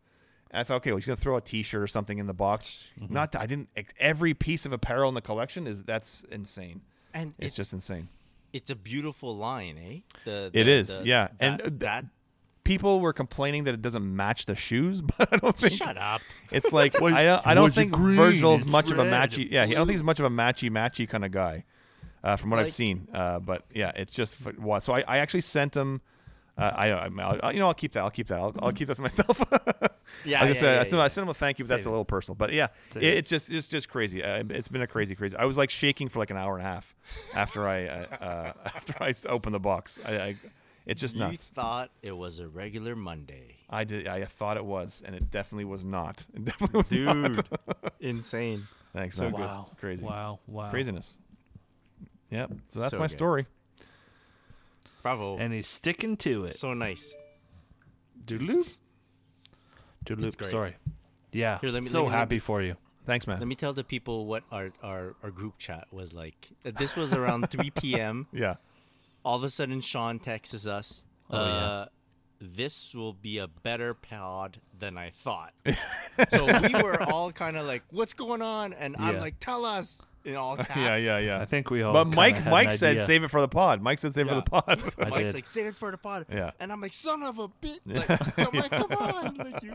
And I thought, okay, well, he's gonna throw a T-shirt or something in the box. Not, that- I didn't. ex- Every piece of apparel in the collection is that's insane. And It's, it's, just insane. it's a beautiful line, eh? The, It the- is, the- yeah. That, And, uh, that. People were complaining that it doesn't match the shoes, but I don't think Shut up. It's like I don't, I don't was it think green? Virgil's It's much of a red, matchy. Yeah, he- I don't think he's much of a matchy matchy kind of guy, uh, from what I've Like- seen. Uh, but yeah, it's just fu- what. So I, I actually sent him. Uh, I, I I'll, you know I'll keep that I'll keep that I'll, I'll keep that for myself. Yeah, I was gonna yeah, say, I yeah, sent him- I yeah. sent him a thank you, but that's a little personal. But yeah, it, it's just it's just crazy. Uh, it's been a crazy crazy. I was like shaking for like an hour and a half after I uh, uh, after I s- opened the box. I, I it's just You nuts. thought it was a regular Monday. I did I thought it was, and it definitely was not. It definitely was not. insane. Thanks, So man. good. Wow. Crazy. Wow. Wow. Craziness. Yep. So that's So my good. story. Bravo. And he's sticking to it. so nice. Doodloop. Doodloop. great. Sorry. Yeah. Here, let me- so let me- let happy me- for you. Thanks, man. Let me tell the people what our, our, our group chat was like. Uh, This was around 3 p.m. yeah. All of a sudden, Sean texts us. Oh, uh, This will be a better pod than I thought. so we were all kind of like, what's going on? And I'm Yeah. like, tell us in all caps. Yeah, yeah, yeah. I think we all. but kinda Mike had an Mike said idea. save it for the pod. Mike said save it for the pod. I Mike's did. like, save it for the pod. Yeah. And I'm like, son of a bitch. Like, come, on, come on. Like you,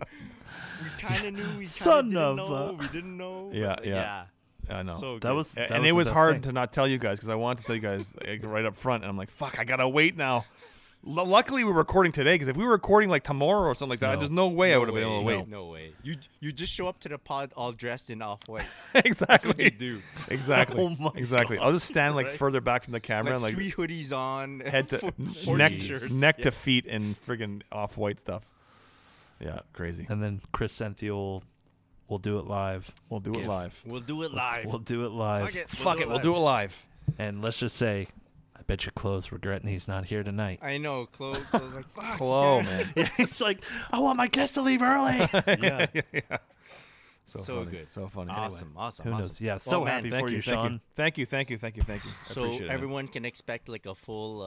we kind of knew. We kind Son didn't of know. a- we didn't know. but Yeah, like, yeah. I know. So that good. was. A- That and was it the was best hard thing. to not tell you guys because I wanted to tell you guys like, right up front, and I'm like, "Fuck, I gotta wait now." L- luckily, we're recording today because if we were recording like tomorrow or something like that, No. there's no way I would have been able to way, wait. No way. You you just show up to the pod all dressed in off white. exactly. you do. Exactly. Oh my exactly. I'll just stand like Right? further back from the camera, Like, and, like three hoodies on. head to four- n- four neck t-shirts. neck Yeah. to feet and friggin' off white stuff. Yeah, crazy. And then Chris Senthiel will do it live. We'll do it live. We'll do it live. We'll do it live. Fuck it. Fuck it, we'll do it live. And let's just say, I I bet your clothes regretting he's not here tonight. I know. Chloe, Chloe's like, fuck. Hello, yeah." man. it's like, I want my guest to leave early. Yeah. So, So funny. good. So funny. Awesome. Awesome. Who awesome. knows? Yeah, so man, happy Thank for you, you, thank Sean. you, thank you, thank you, thank you, thank you. I So appreciate it, man. everyone can expect like a full, uh,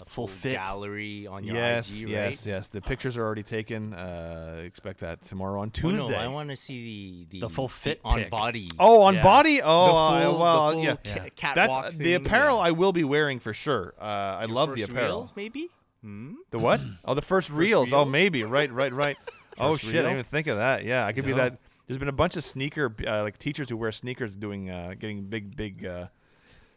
a full, fit. gallery on your Yes, IG, right? yes, yes. The pictures are already taken. Uh, expect that tomorrow on Oh, Tuesday. no, I want to see the the, The full fit on pic. body. Oh, on Yeah. body? the Oh, full, uh, the well, full yeah. ca- catwalk. That's thing, the apparel yeah. I will be wearing for sure. Uh, I Your love the first apparel. reels, maybe. Hmm? The what? Oh, the first, reels. Oh, reels? maybe. Right, right, right. oh First shit! I didn't reel? even think of that. Yeah, I could be Yeah. that. There's been a bunch of sneaker uh, like teachers who wear sneakers doing uh, getting big, big uh,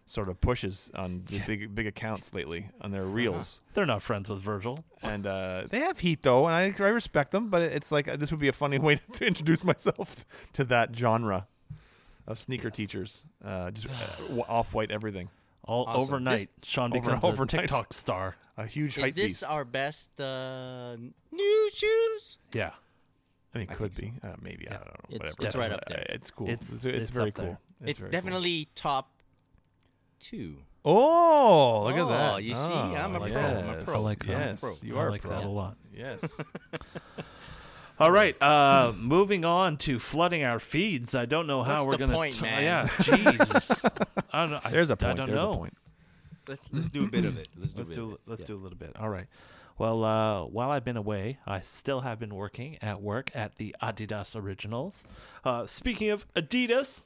sort of pushes on the big, big accounts lately on their reels. They're not friends with Virgil. And uh, they have heat though, and I, I respect them. But it's like uh, this would be a funny way to, introduce myself to that genre of sneaker teachers. Uh, just uh, off white everything. All Awesome. overnight, This- Sean Over- becomes a overnight. TikTok star. A huge Is hype this beast. our best uh, new shoes? Yeah. I mean, I could be. think Uh, maybe I don't know. It's- Whatever. it's right up Uh, there. It's cool. It's It's- it's, it's very up there. cool. It's, very cool. definitely top two. Oh, look at Oh, that! you see? I'm a Oh, pro, I'm a yes. pro, I like that. Yes, Pro. you I are a like pro. that a lot. Yes. All right. Uh, moving on to flooding our feeds. I don't know how What's we're the gonna. point, t- man? Yeah. Jesus. I don't know. I- There's a I point. don't There's know. a point. Let's let's do a bit of it. Let's do Let's a bit of do. it. Let's Yeah. do a little bit. All right. Well, uh, while I've been away, I still have been working at work at the Adidas Originals. Uh, speaking of Adidas,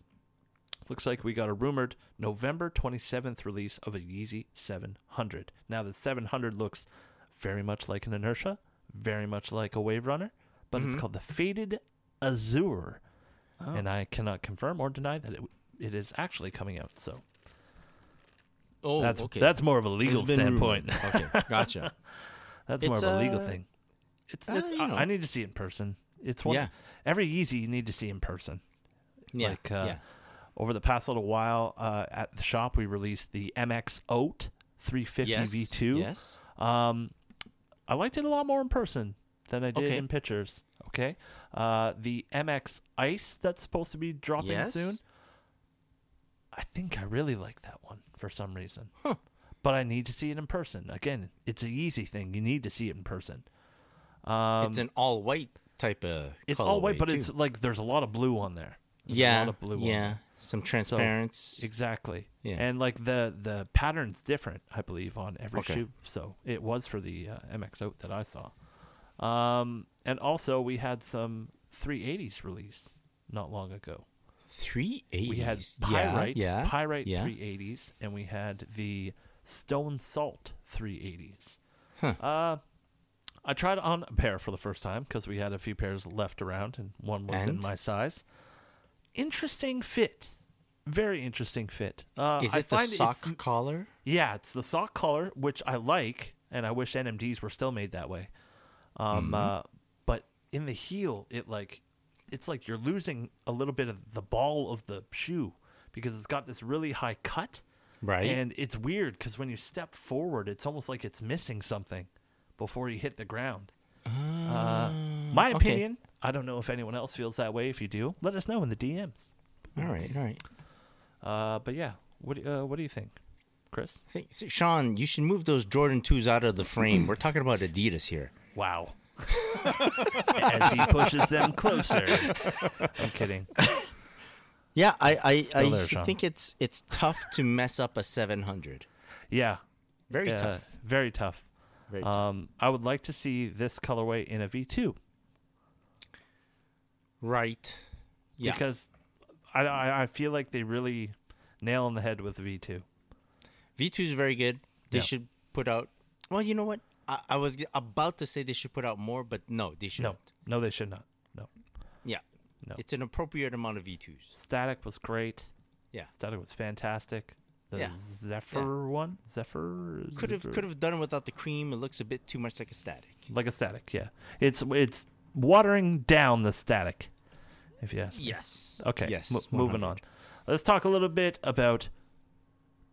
looks like we got a rumored November 27th release of a Yeezy 700. Now, the 700 looks very much like an inertia, very much like a wave runner, but Mm-hmm. it's called the Faded Azure. Oh. And I cannot confirm or deny that it, it is actually coming out. So Oh, that's okay. that's more of a There's legal been standpoint. rumors. okay, gotcha. That's It's, more of a legal uh, thing. It's, uh, it's you I- know. I need to see it in person. It's one Yeah. every Yeezy you need to see in person. Yeah, Like uh, yeah. over the past little while uh, at the shop we released the MX Oat 350 Yes, V2. Yes. Um, I liked it a lot more in person than I did Okay. in pictures. Okay. Uh, the MX Ice that's supposed to be dropping Yes. soon. I think I really like that one for some reason. But I need to see it in person. Again, it's a Yeezy thing. You need to see it in person. Um, it's an all white type of. it's all white, colorway, but too. it's like there's a lot of blue on there. There's a yeah, lot of blue. on yeah. there. Some transparency. exactly. Yeah. and like the the pattern's different, I believe, on every Okay. shoe. So it was for the uh, MX Oat that I saw. Um, and also we had some 380s release not long ago. Three eighties. We had Pyrite, Yeah. yeah Pyrite yeah. 380s, and we had the Stone Salt 380s. Huh. Uh, I tried on a pair for the first time because we had a few pairs left around, and one was in And? my size. Interesting fit, very interesting fit. Uh, Is I it the find sock It's, collar? yeah, it's the sock collar, which I like, and I wish NMDs were still made that way. Um, Mm-hmm. uh, but in the heel, it like it's like you're losing a little bit of the ball of the shoe because it's got this really high cut, Right. And it's weird because when you step forward, it's almost like it's missing something before you hit the ground. Uh, my Ah, okay. opinion. I don't know if anyone else feels that way. If you do, let us know in the DMs. All right. All right. Uh, but yeah, what do- uh, what do you think, Chris? I think, Sean, you should move those Jordan twos out of the frame. We're talking about Adidas here. Wow. As he pushes them closer. I'm kidding. Yeah, I I, I there, Sean. think it's it's tough to mess up a seven hundred. Yeah. Very uh, tough. Very tough. Very tough. Um, I would like to see this colorway in a V2 Right. Yeah. because I, I, I feel like they really nail on the head with the V2. V two is very good. They Yeah. should put out. Well, you know what? I, I was g- about to say they should put out more, but no, they shouldn't. No, no, they should not. No. Yeah. No. It's an appropriate amount of V twos. Static was great. Yeah. Static was fantastic. The Yeah. Zephyr one? Zephyr? Could have Zephyr? could have done without the cream. It looks a bit too much like a static. Like a static, yeah. It's, it's watering down the static, if you ask me. Yes. Okay. Yes. mo- moving 100. on. Let's talk a little bit about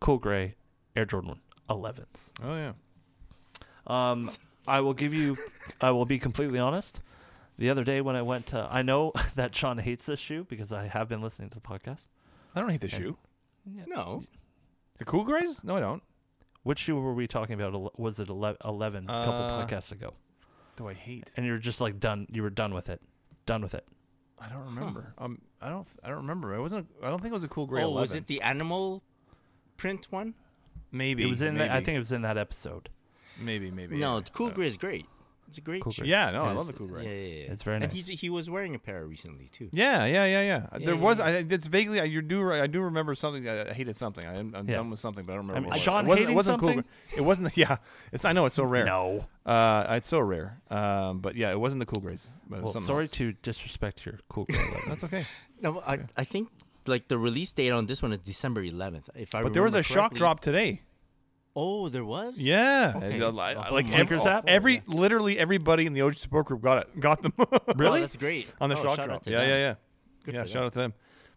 Cool Gray Air Jordan 11s. Oh yeah. Um, I will give you. I will be completely honest. The other day when I went to, I know that Sean hates this shoe because I have been listening to the podcast. I don't hate the shoe. No. The cool grays? No, I don't. Which shoe were we talking about? Ele- Was it ele- 11 a couple Uh, podcasts ago? Do I hate? And you were just like done. You were done with it. Done with it. I don't remember. Um, I don't. I don't remember. It wasn't. I don't think it was a cool gray. oh, 11. was it the animal print one? Maybe It was in. Maybe, The, I think it was in that episode. Maybe. Maybe. no, yeah. the cool Uh, gray is great. It's a great Cool shoe. Grey. Yeah. No, I It love is- the cool Yeah, gray. yeah, yeah. It's very And nice. he's, he was wearing a pair recently too. Yeah. Yeah. Yeah. Yeah. There yeah, was. yeah. I. It's vaguely. I you do. I do remember something. I, I hated something. I, am- I'm Yeah. done with something, but I don't I mean, remember. what it was. Sean it wasn't, hating it wasn't something? Cool, gr- it wasn't. Yeah. It's. I know. It's so rare. No. Uh, it's so rare. Um, but yeah, it wasn't the cool grays. But it was Well, something sorry else. to disrespect your cool girl. Eleven. That's okay. No, I, I think like the release date on this one is December 11th. If I But there was a remember shock correctly. drop today. Oh, there was. Yeah, Okay. And, uh, li- Oh like my every, God. app? every Yeah. literally everybody in the OG support group got it, got them. Really? that's great. on the Oh, shock shout out drop. to Yeah, them. yeah, yeah. Good yeah, for shout them. out to them.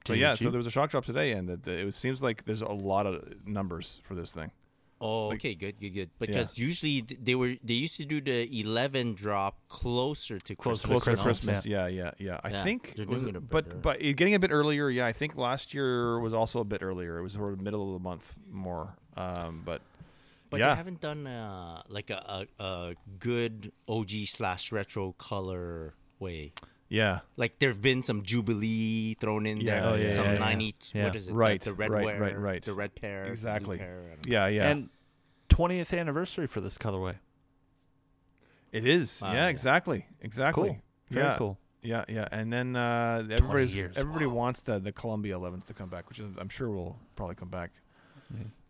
But you yeah, cheat? so there was a shock drop today, and it, it was- seems like there's a lot of numbers for this thing. Oh, okay, good, good, good. Because usually th- they were they used to do the 11 drop closer to Closer Christmas. to Close to Christmas, Christmas. Yeah, yeah, yeah. I Yeah, think, they're was doing it a it- bit but early. but it getting a bit earlier. Yeah, I think last year was also a bit earlier. It was sort of middle of the month more. Um, but But yeah, they haven't done uh, like a, a, a good OG slash retro color way. yeah, Like there've been some Jubilee thrown in Yeah, there, oh, yeah, some yeah, yeah. 90, Yeah. what is it? the- Right, The, red right, wear, right, right. The red pair, the blue exactly. pair, I don't know. Yeah, yeah. And 20th anniversary for this colorway. It is. Wow, yeah, yeah. exactly. Exactly. Cool. Very yeah. cool. Yeah, yeah. And then uh, everybody's, years. everybody wants the, the Columbia 11s to come back, which is, I'm sure will probably come back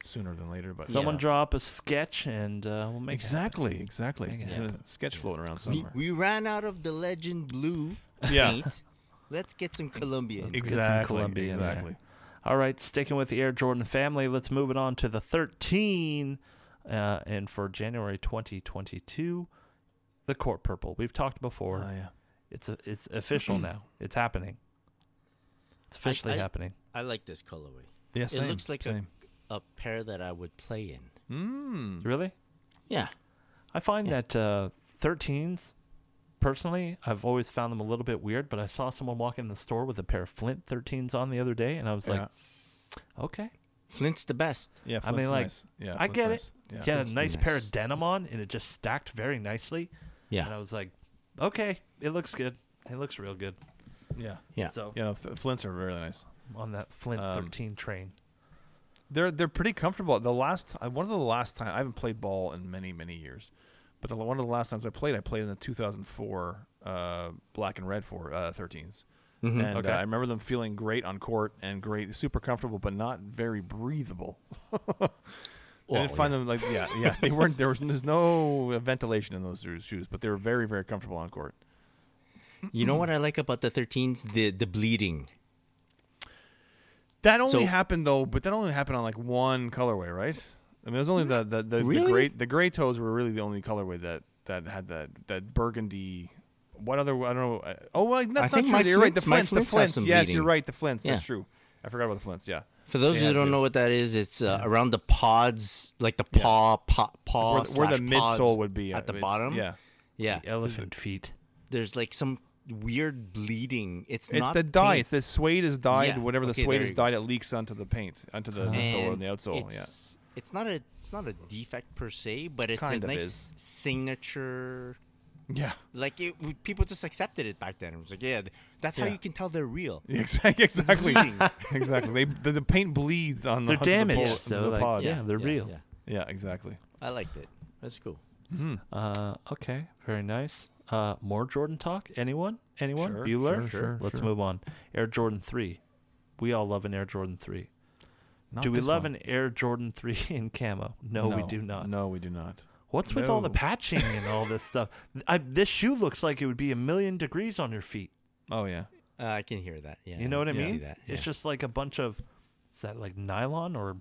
sooner than later. But Someone Yeah. drop a sketch and uh, we'll make it happen. Exactly, exactly. Make it There's a sketch floating around somewhere. We, we ran out of the legend blue Yeah. paint. Let's get some Colombian. Let's get some exactly. Columbia in there. exactly. All right, sticking with the Air Jordan family, let's move it on to the 13. Uh, and for January 2022, the Court Purple. We've talked before. Oh, yeah. It's a, it's official now. It's happening. It's I- officially I- happening. I like this colorway. Yeah, it same, looks like a, same. a pair that I would play in. Mm. Really? Yeah. I find Yeah. that uh, 13s, personally, I've always found them a little bit weird, but I saw someone walk in the store with a pair of Flint 13s on the other day, and I was like, okay. Flint's the best. yeah, I mean, Flint's like, nice. yeah, I Flint's get nice. it. Yeah. He had Flint's a nice pair nice. of denim on, and it just stacked very nicely. Yeah. And I was like, okay, it looks good. It looks real good. yeah, yeah. So yeah. No, th- Flints are really nice. I'm on that Flint Um, 13 train. They're they're pretty comfortable. The last I- one of the last time I haven't played ball in many many years, but the, one of the last times I played, I played in the 2004 uh, black and red for uh, 13s, and Mm-hmm. Okay. uh, I remember them feeling great on court and great, super comfortable, but not very breathable. I Well, didn't find them like yeah yeah they weren't there was there's no ventilation in those shoes, but they were very very comfortable on court. You know what I like about the 13s? The the bleeding. That only So- happened though, but that only happened on like one colorway, right? I mean, it was only the the the, the Really? gray the gray toes were really the only colorway that that had that that burgundy. What other? I don't know. uh, Oh, well, that's think not my true. You're right. The Flints- my flints. The Flints have flints. some Yes, bleeding. you're right. The flints. That's Yeah. true. I forgot about the flints. Yeah. For those They who had don't to. know what that is, it's uh, around the pods, like the paw, paw, paw Where the- where the slash pods midsole would be, uh, at the it's- bottom. yeah. yeah. Elephant feet. There's like some weird bleeding. It's It's not the dye. paint. It's the suede is dyed. Yeah, Whatever the okay, suede there is you go. dyed, it leaks onto the paint, onto the midsole and the outsole. Yeah. It's, it's not a it's not a defect per se, but it's Kind a of nice is. signature. Yeah. Like it, w- people just accepted it back then. It was like, yeah, that's how Yeah. you can tell they're real. Exactly. Exactly. Bleeding. exactly. They the, the paint bleeds on the They're onto the damaged, pole- so, onto the like, pods. yeah. they're real. Yeah. Yeah. Exactly. I liked it. That's cool. Uh, okay, very nice. Uh, more Jordan talk? Anyone? Anyone? Sure, Bueller? sure, sure, Let's sure. move on. Air Jordan 3. We all love an Air Jordan 3. do we love an Air Jordan 3 in camo? No, we do not. No, Oh, we do not. What's with all the No. patching and all this stuff? I, this shoe looks like it would be a million degrees on your feet. Oh yeah. Uh, I can hear that. Yeah. You know what I can mean? See that. It's yeah. just like a bunch of is that like nylon or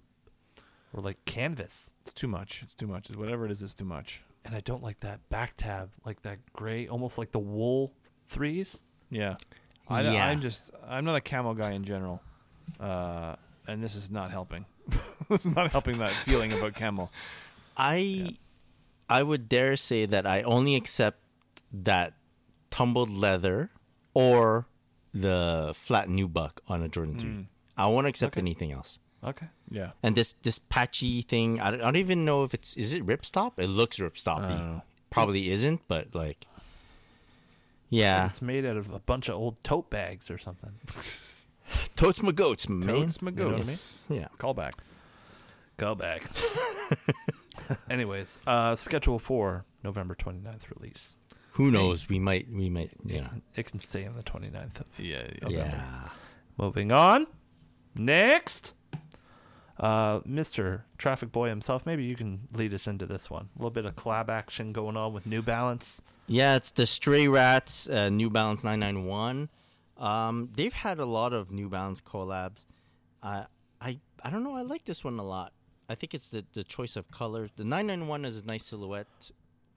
or like canvas. It's too much. It's too much. It's whatever it is, it's too much. And I don't like that back tab, like that gray, almost like the wool threes. Yeah. I, Yeah. I'm just I'm not a camel guy in general. Uh and this is not helping. this is not helping that feeling about camel. I I would dare say that I only accept that tumbled leather Mm. or the flat new buck on a Jordan 3. I won't accept anything else. Okay. Yeah. And this this patchy thing, I don't, I don't even know if it's is it ripstop. It looks I ripstop. don't y know. Probably isn't, but like, yeah, It's made out of a bunch of old tote bags or something. totes my goats, man. Totes my You know what I goats. mean? Yeah. Callback. Go back. Anyways, uh, schedule for November 29th release. Who knows? We might. We might. Yeah. It can stay in the 29th. of- Yeah. Yeah. Moving on. Next. Uh, Mr. Traffic Boy himself, maybe you can lead us into this one. A little bit of collab action going on with New Balance. Yeah, it's the Stray Rats uh, New Balance 991. Um, they've had a lot of New Balance collabs. Uh, I I don't know. I like this one a lot. I think it's the, the choice of colors. The 991 is a nice silhouette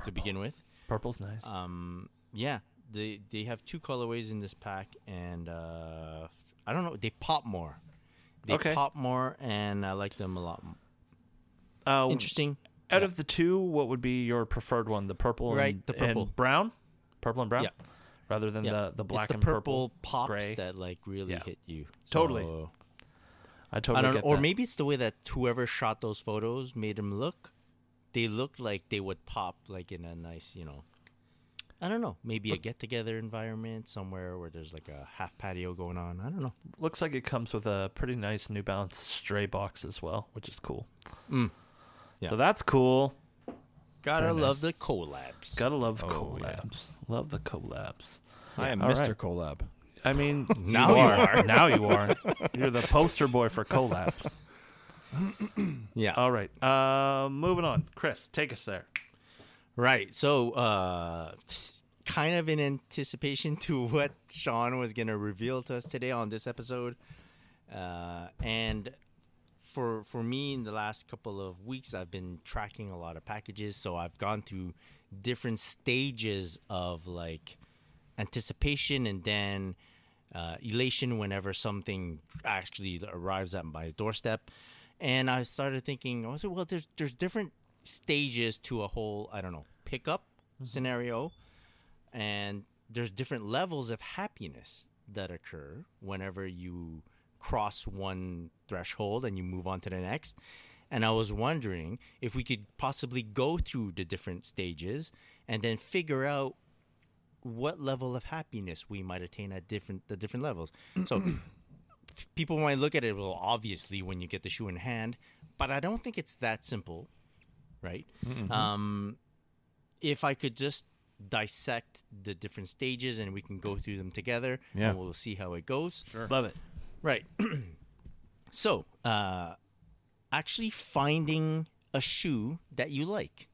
to begin with. Purple's nice. Um, yeah, they they have two colorways in this pack, and uh, I don't know. They pop more. They Okay. pop more, and I like them a lot. m- Uh, Interesting. Out of the two, what would be your preferred one? The purple and, Right, the purple. and brown? Purple and brown? Yeah. Rather than Yeah. the, the black it's the and purple, purple, pops gray. that like really Yeah. hit you. Totally. So- I totally I don't know, get or that. maybe it's the way that whoever shot those photos made them look. They look like they would pop, like in a nice, you know, I don't know, maybe a get together environment somewhere where there's like a half patio going on. I don't know. Looks like it comes with a pretty nice New Balance stray box as well, which is cool. Mm. Yeah. So that's cool. Gotta Very love the collabs. Gotta love Oh, yeah. collabs. Love the collabs. I am all Mr. right. Collab. I mean, Now you are. now you are. You're the poster boy for collabs. yeah. All right. Uh, moving on. Chris, take us there. Right. So, uh, s- kind of in anticipation to what Sean was going to reveal to us today on this episode, uh, and for for me in the last couple of weeks, I've been tracking a lot of packages. So I've gone through different stages of like anticipation and then uh, elation whenever something actually arrives at my doorstep. And I started thinking, I said, well, there's there's different stages to a whole, I don't know, pickup scenario, and there's different levels of happiness that occur whenever you cross one threshold and you move on to the next. And I was wondering if we could possibly go through the different stages and then figure out what level of happiness we might attain at different the different levels. So people might look at it well obviously when you get the shoe in hand, but I don't think it's that simple, right? Mm-hmm. Um, if I could just dissect the different stages and we can go through them together Yeah. and we'll see how it goes. Sure. Love it. Right. so, uh, actually finding a shoe that you like.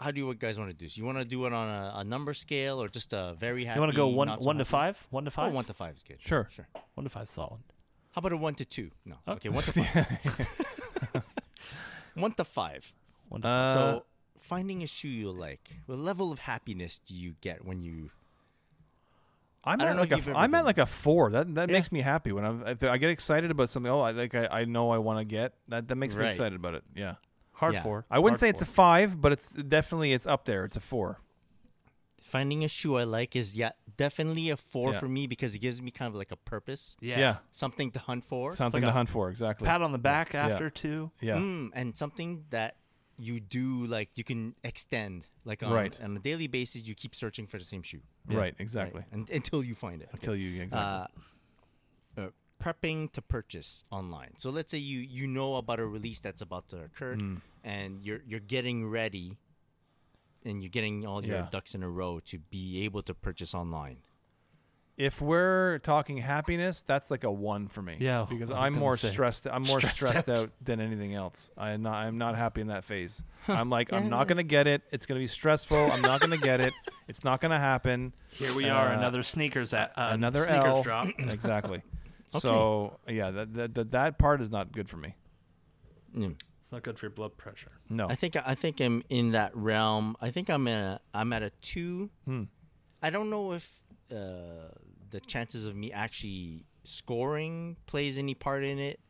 How do you guys want to do this? You want to do it on a, a number scale or just a very happy? You want to go one not so one to happy? five? One to Oh, five? one to five is good. Sure. Sure. One to five solid. How about a one to two? No. Oh. Okay, one to five. one to five. One to Uh, so, finding a shoe you like. What level of happiness do you get when you? I'm I don't at know like if a you've f- ever I'm been- at like a four. That that Yeah. makes me happy when I'm if I get excited about something. Oh, I like I, I know I want to get that. That makes me Right. excited about it. Yeah. Hard Yeah. four. I wouldn't Hard say it's a four. five, but it's definitely it's up there. It's a four. Finding a shoe I like is yeah definitely a four Yeah. for me because it gives me kind of like a purpose. yeah. something to hunt for, Something like to a hunt for. Exactly. Pat on the back after two. yeah. Mm, and something that you do like you can extend like on, Right. on a daily basis. You keep searching for the same shoe Right. right? Exactly. And, until you find it. Okay. Until you exactly. Uh, uh, prepping to purchase online. So let's say you you know about a release that's about to occur, Mm. and you're you're getting ready, and you're getting all your Yeah. ducks in a row to be able to purchase online. if we're talking happiness, that's like a one for me. Yeah, Because I was I'm gonna more say. stressed. I'm more Stressed stressed, out. out. than anything else. I'm not. I'm not happy in that phase. I'm like, I'm not gonna get it. It's gonna be stressful. I'm not gonna get it. It's not gonna happen. Here we are, Uh, another sneakers at uh, another sneakers L. drop. exactly. So yeah, that, that that that part is not good for me. Mm. It's not good for your blood pressure. No. I think I think I'm in that realm. I think I'm in a I'm at a two. Hmm. I don't know if uh, the chances of me actually scoring plays any part in it,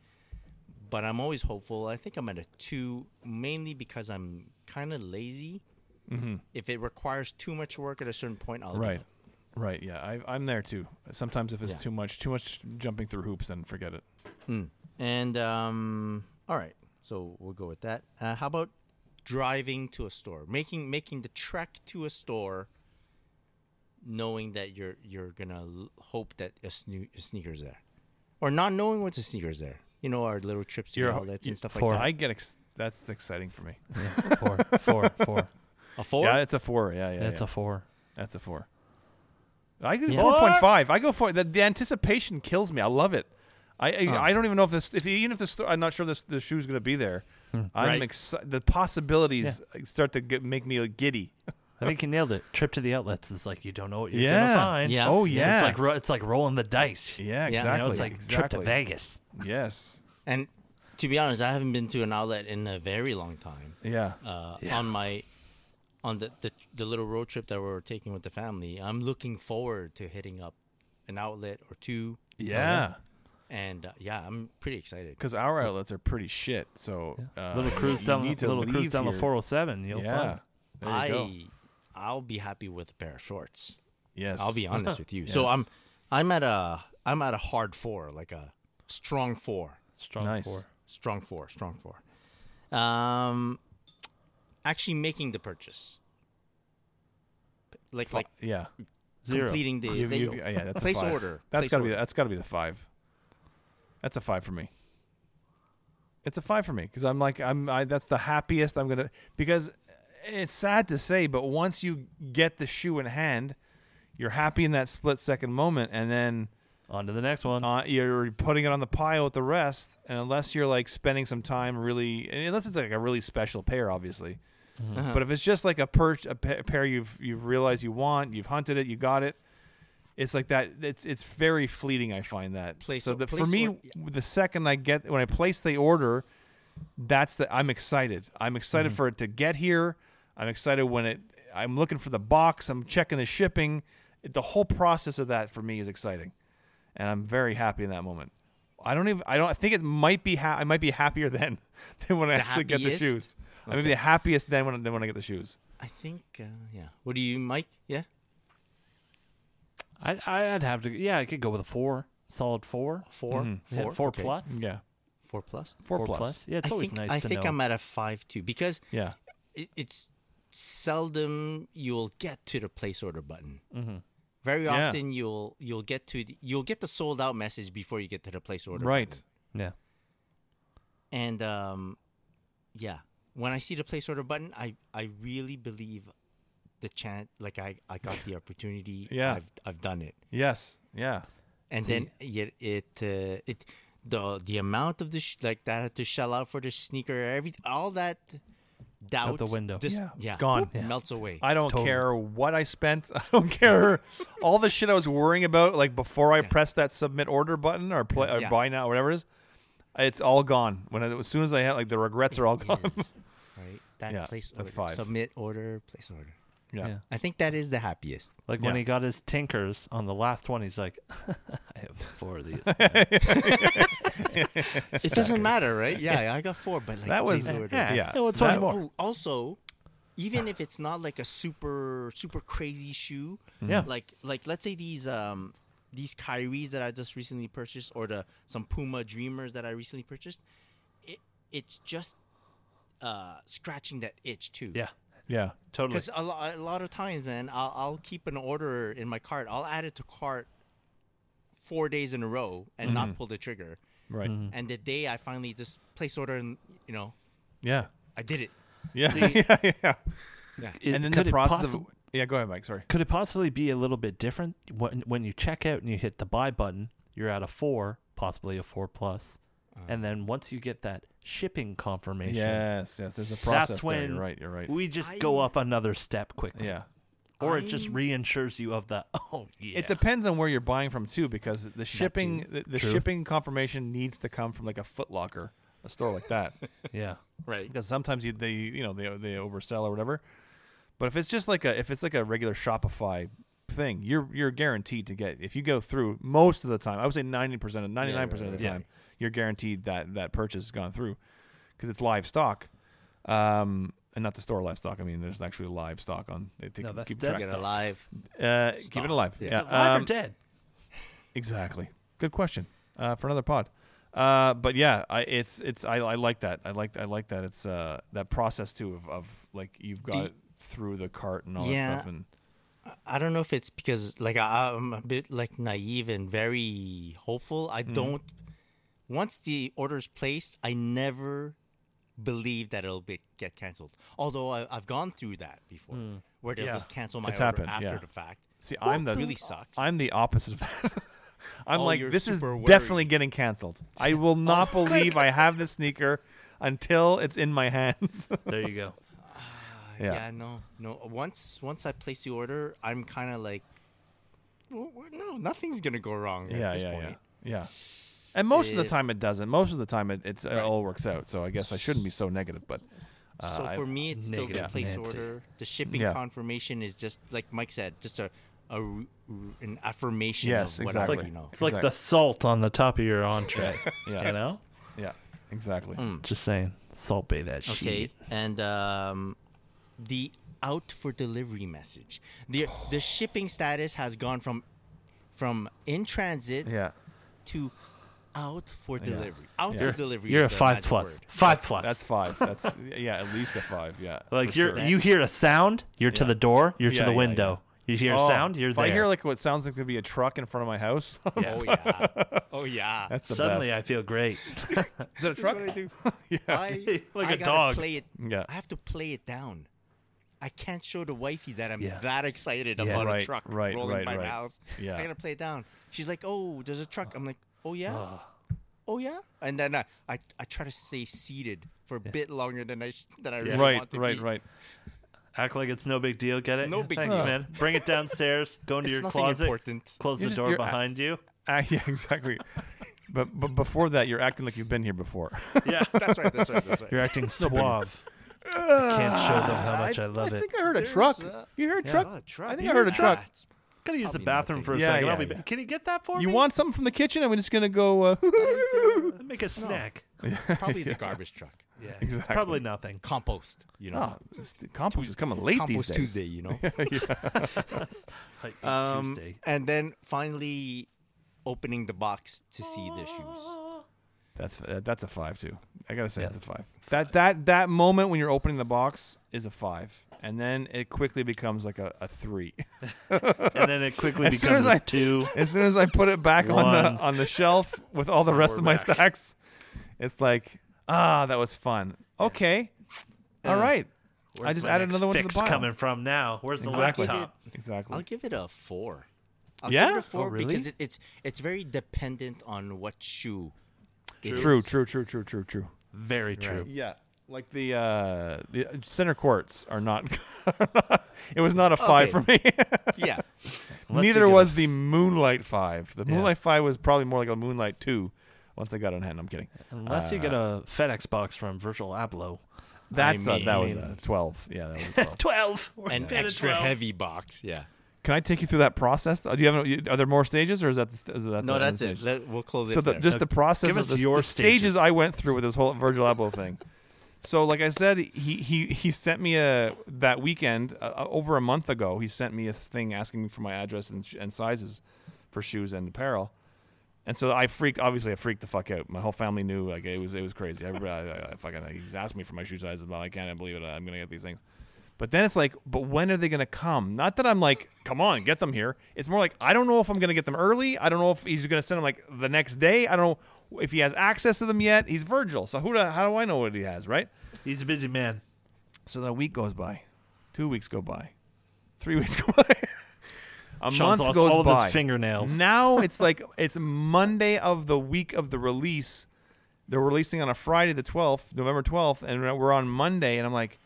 but I'm always hopeful. I think I'm at a two mainly because I'm kind of lazy. If it requires too much work at a certain point, I'll give Mm-hmm. right. up. Right. Yeah. I, I'm there too. Sometimes if it's Yeah. too much, too much jumping through hoops, then forget it. And um, all right, so we'll go with that. Uh, how about driving to a store, making making the trek to a store, knowing that you're you're gonna l- hope that a, sne- a sneaker's there, or not knowing what's a sneaker's there. You know, our little trips to You're- outlets and stuff like Four. that. I get ex- that's exciting for me. Yeah, four, four, four. a four. Yeah, it's a four. Yeah, yeah. That's yeah. a four. That's a four. I go Yeah. four point five. I go for the, the anticipation kills me. I love it. I I, Oh. I don't even know if this if even if this I'm not sure this the shoe's gonna be there. I'm Hmm. Right. excited. The possibilities start to get, make me like, giddy. I think you nailed it. Trip to the outlets is like you don't know what you're Yeah. gonna find. Yeah. Oh Yeah, yeah. It's like ro- it's like rolling the dice. yeah, Yeah. exactly. You know, You know, it's like trip to exactly. Vegas. Yes. And to be honest, I haven't been to an outlet in a very long time. Yeah. oh, Uh, On my on the, the the little road trip that we're taking with the family, I'm looking forward to hitting up an outlet or two. yeah. And uh, yeah, I'm pretty excited. Because our outlets are pretty shit. So uh, little cruise you down need to the little cruise leave down the here. 407. You'll Yeah. find. There you go. I I'll be happy with a pair of shorts. Yes. I'll be honest with you. So Yes. I'm I'm at a I'm at a hard four, like a strong four. strong Nice. four. strong four, strong four. Um, actually making the purchase, like like Yeah. Zero. completing the, You- the you- yeah, that's place a five. order. That's place gotta be order. that's gotta be the five. That's a five for me. It's a five for me because I'm like I'm I, that's the happiest I'm gonna because it's sad to say, but once you get the shoe in hand, you're happy in that split second moment, and then On to the next one. uh, you're putting it on the pile with the rest. And unless you're like spending some time really, and unless it's like a really special pair, obviously. Uh-huh. But if it's just like a perch, a pa- pair you've you've realized you want, you've hunted it, you got it. It's like that. It's it's very fleeting. I find that. Place so or- the, for place me, or- the second I get when I place the order, that's the I'm excited. I'm excited for it to get here. I'm excited when it. I'm looking for the box. I'm checking the shipping. The whole process of that for me is exciting, and I'm very happy in that moment. I don't even. I don't. I think it might be. Ha- I might be happier then than when I The actually get the happiest? shoes. I may be the happiest then when then when I get the shoes. I think uh, yeah. What do you, Mike? Yeah, I I'd have to. Yeah, I could go with a four. Solid four. Mm-hmm. 4 Yeah, four, four okay. plus. Yeah. four plus. Four, Four plus. plus. Yeah, it's I always think, nice I to think know. I'm at a five two because Yeah. it, it's seldom you'll get to the place order button. Mm-hmm. Very Yeah. often you'll you'll get to the, you'll get the sold out message before you get to the place order. Right. button. yeah. And um, yeah, when I see the place order button, I I really believe the chant like I I got the opportunity. Yeah. I've I've done it. Yes. Yeah. And then yet it uh, it the the amount of the sh- like that I had to shell out for the sneaker, every all that doubt window. just- Yeah, yeah, it's gone. whoop, melts away. I don't Totally. care what I spent. I don't care all the shit I was worrying about, like before I Yeah. pressed that submit order button or play or Yeah. buy now, whatever it is. It's all gone. When I, as soon as I had like the regrets are all It gone. is, right? That Yeah, place that's order. five. Submit order, place order. yeah. Yeah. I think that is the happiest. Like when Yeah. he got his tinkers on the last one, he's like, I have four of these. It doesn't matter, right? Yeah, I got four, but like That was place order. Yeah. yeah. Yeah, what's That- one more? Oh, also, even if it's not like a super super crazy shoe, Mm-hmm. Yeah. like like let's say these um these Kyries that I just recently purchased, or the some Puma Dreamers that I recently purchased, it it's just uh scratching that itch too. yeah. Yeah. Totally. Because a, lo- a lot of times, man, I'll, I'll keep an order in my cart. I'll add it to cart four days in a row and not pull the trigger. Right. And the day I finally just place order and, you know, Yeah. I did it. Yeah. yeah. Yeah. It- And then could the it process possi- of Yeah, go ahead, Mike. Sorry. could it possibly be a little bit different when when you check out and you hit the buy button you're at a four possibly a four plus Uh. and then once you get that shipping confirmation Yes, yes. There's a process. that's there. when You're right. You're right. we just go I- up another step quickly yeah. or it just reinsures you of the oh yeah It depends on where you're buying from too, because the shipping the, the True. shipping confirmation needs to come from like a Foot Locker, a store like that, yeah Right. because sometimes you they you know they they oversell or whatever. But if it's just like a if it's like a regular Shopify thing, you're you're guaranteed to get if you go through most of the time. I would say ninety percent, ninety nine percent of right, the right. time, you're guaranteed that that purchase has gone through, because it's live stock, um, and not the store live stock. I mean, there's actually live stock on. They take, No, that's keep dead track. Get Stuff. alive. Uh, keep it alive. Yeah. Yeah. alive um, or dead Exactly. Good question uh, for another pod. Uh, but yeah, I it's it's I, I like that. I like I like that. It's uh that process too of, of like you've got you- it through the cart and all Yeah. that stuff and I don't know if it's because like I, I'm a bit like naive and very hopeful. Hmm. I don't. Once the order's placed, I never believe that it'll be, get canceled. Although I, I've gone through that before, where they'll Hmm. Yeah. just cancel my It's order happened, after yeah. the fact. see I'm the That really sucks. I'm the opposite of that. I'm Oh, like you're this is super worried. Oh definitely getting canceled. I will not believe I have this sneaker until it's in my hands. There you go. yeah. yeah. no, no. Once once I place the order, I'm kind of like, "Well, well, no, nothing's gonna go wrong at this point. Yeah. yeah. And most of the It- time it doesn't. Most of the time it, it's, it all works out. So I guess I shouldn't be so negative, but uh, So I- for me, it's still the negative place Nancy. order. The shipping Yeah. confirmation is just like Mike said, just a, a r- r- an affirmation Yes, of what exactly. I already know. It's like the salt on the top of your entree. Yeah. You know? yeah, exactly. Mm. Just saying. Salt bay that shit. Okay, and um, the out for delivery message. the The shipping status has gone from from in transit Yeah. to out for delivery. Out for delivery. You're a is the five magic plus. word. Five plus. That's five. That's yeah, at least a five. Yeah. Like for you're sure. you hear a sound, you're to the door, you're Yeah, to the yeah, window. You hear Oh, a sound, you're if there. I hear like what sounds like to be a truck in front of my house. Yeah. Oh yeah. Oh yeah. that's the Suddenly I best. feel great. I, is that a truck? what I do. yeah. I, Like I a gotta dog. Play it. Yeah. I have to play it down. I can't show the wifey that I'm Yeah. that excited Yeah. about Right, a truck right, rolling right, by my right. house. Yeah. I gotta play it down. She's like, "Oh, there's a truck." I'm like, "Oh yeah, Ah. oh yeah." And then I, I, I try to stay seated for a bit longer than I sh- than I really Right, want to right, be. right. Act like it's no big deal. Get it? No big Thanks, deal. man. Bring it downstairs. Go into It's your nothing closet. important. Close You the just- door you're a- behind you. Ah, yeah, exactly. but but before that, you're acting like you've been here before. Yeah. That's right. That's right. That's right. You're acting suave. I can't show them how much I, love I it. think I heard a There's, truck. uh, you heard a truck? Oh, a truck. I think I heard a truck. Ah, it's- Gotta use the probably bathroom nothing. for a Yeah, second. I'll yeah, be yeah. back. Can you get that for You me? want something from the kitchen? and we're just gonna go. Uh, Make a snack. It's probably the garbage truck. Yeah. It's Exactly. probably nothing. Compost. You know. oh, this- the compost is coming late Compost these days. Tuesday. You know. Like Um, Tuesday. and then finally opening the box to see the shoes. That's uh, that's a five too. I gotta say it's a five. That that that moment when you're opening the box is a five, and then it quickly becomes like a, a three. And then it quickly As soon becomes as I- a two. as soon as I put it back on One. the on the shelf with all the rest of my We're back. stacks, it's like ah, that was fun. Okay, all right. I Where's just my added next another one to the fix pile. coming from now. Where's the Exactly. laptop? Exactly. I'll give it a four. I'll give Yeah? it a four Oh, really? because it, it's it's very dependent on what shoe. it True, is. true, true, true, true, true. Very true. Yeah, like the uh, the center courts are not. it was not a five for me. Yeah. Unless you Neither get a- was the Moonlight Five. The Moonlight Five was probably more like a Moonlight Two. Once I got on hand, I'm kidding. Unless you get a FedEx box from Virtual Abloh. That's I a, that was mean- a twelve. Yeah, that was a twelve. 12. We're An down to extra 12. heavy box. Yeah. Can I take you through that process? Do you have? Are there more stages, or is that the, st- is that No, the that's end it. stage? Let, we'll close so it. the, there. just the process give of us the, s- your the stages. stages. I went through with this whole Virgil Abloh thing. So, like I said, he he he sent me a that weekend uh, uh, over a month ago. He sent me a thing asking me for my address and, sh- and sizes for shoes and apparel. And so I freaked. Obviously, I freaked the fuck out. My whole family knew. Like it was, it was crazy. Everybody, I, I fucking, he's asked me for my shoe sizes. But I can't believe it. I'm gonna get these things. But then it's like, but when are they gonna come? Not that I'm like, come on, get them here. It's more like I don't know if I'm gonna get them early. I don't know if he's gonna send them like the next day. I don't know if he has access to them yet. He's Virgil, so who? the- How do I know what he has, right? He's a busy man. So then a week goes by, two weeks go by, three weeks go by, a Sean's month lost goes all of by. his fingernails. Now it's like it's Monday of the week of the release. They're releasing on a Friday, the twelfth, November twelfth, and we're on Monday, and I'm like,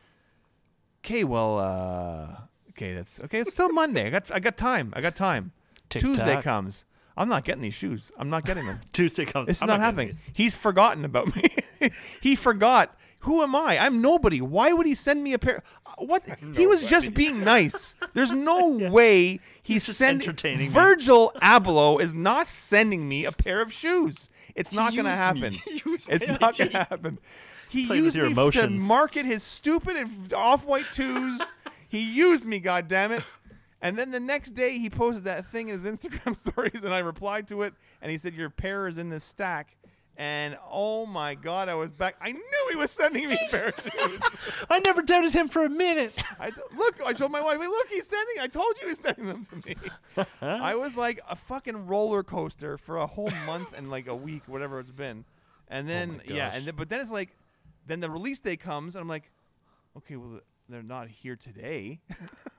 okay, well, uh, okay, that's okay. It's still Monday. I got I got time. I got time. Tuesday Tick-tock. comes. I'm not getting these shoes. I'm not getting them. Tuesday comes. This is I'm not gonna happening. use- He's forgotten about me. he forgot. Who am I? I'm nobody. Why would he send me a pair? Uh, What? He was just being nice. There's no way he's just sending. entertaining me. Virgil Abloh is not sending me a pair of shoes. It's not going to used happen. me. He used It's my not going to happen. He Play with used your me to emotions. market his stupid off-white twos. he used me, goddammit. And then the next day, he posted that thing in his Instagram stories, and I replied to it, and he said, "Your pair is in this stack." And oh my God, I was back. I knew he was sending me parachutes. I never doubted him for a minute. I t- look, I told my wife, hey, look, he's sending. I told you he's sending them to me. I was like a fucking roller coaster for a whole month and like a week, whatever it's been. And then Oh my yeah, gosh. and then, but then it's like, then the release day comes, and I'm like, okay, well they're not here today,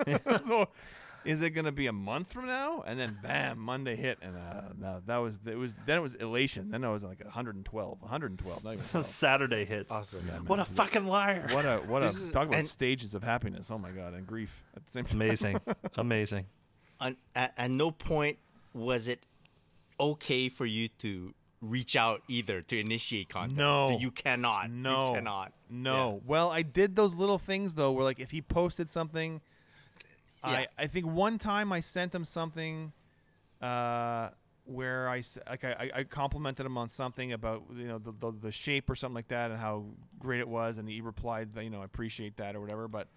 so is it gonna be a month from now? And then bam, Monday hit, and uh, no, that was it was then it was elation. Then I was like 112, 112. Not even 12. Saturday hits. Awesome. Yeah, what a fucking liar. What a what a This is- talk about and- stages of happiness. Oh my god, and grief at the same time. Amazing. Amazing. on, at, at no point was it okay for you to reach out either to initiate contact. No. you cannot. No. you cannot. No. Well, I did those little things though, where like if he posted something, Yeah. I I think one time I sent him something, uh, where I s- like I, I complimented him on something about you know the, the the shape or something like that and how great it was, and he replied that you know I appreciate that or whatever, but.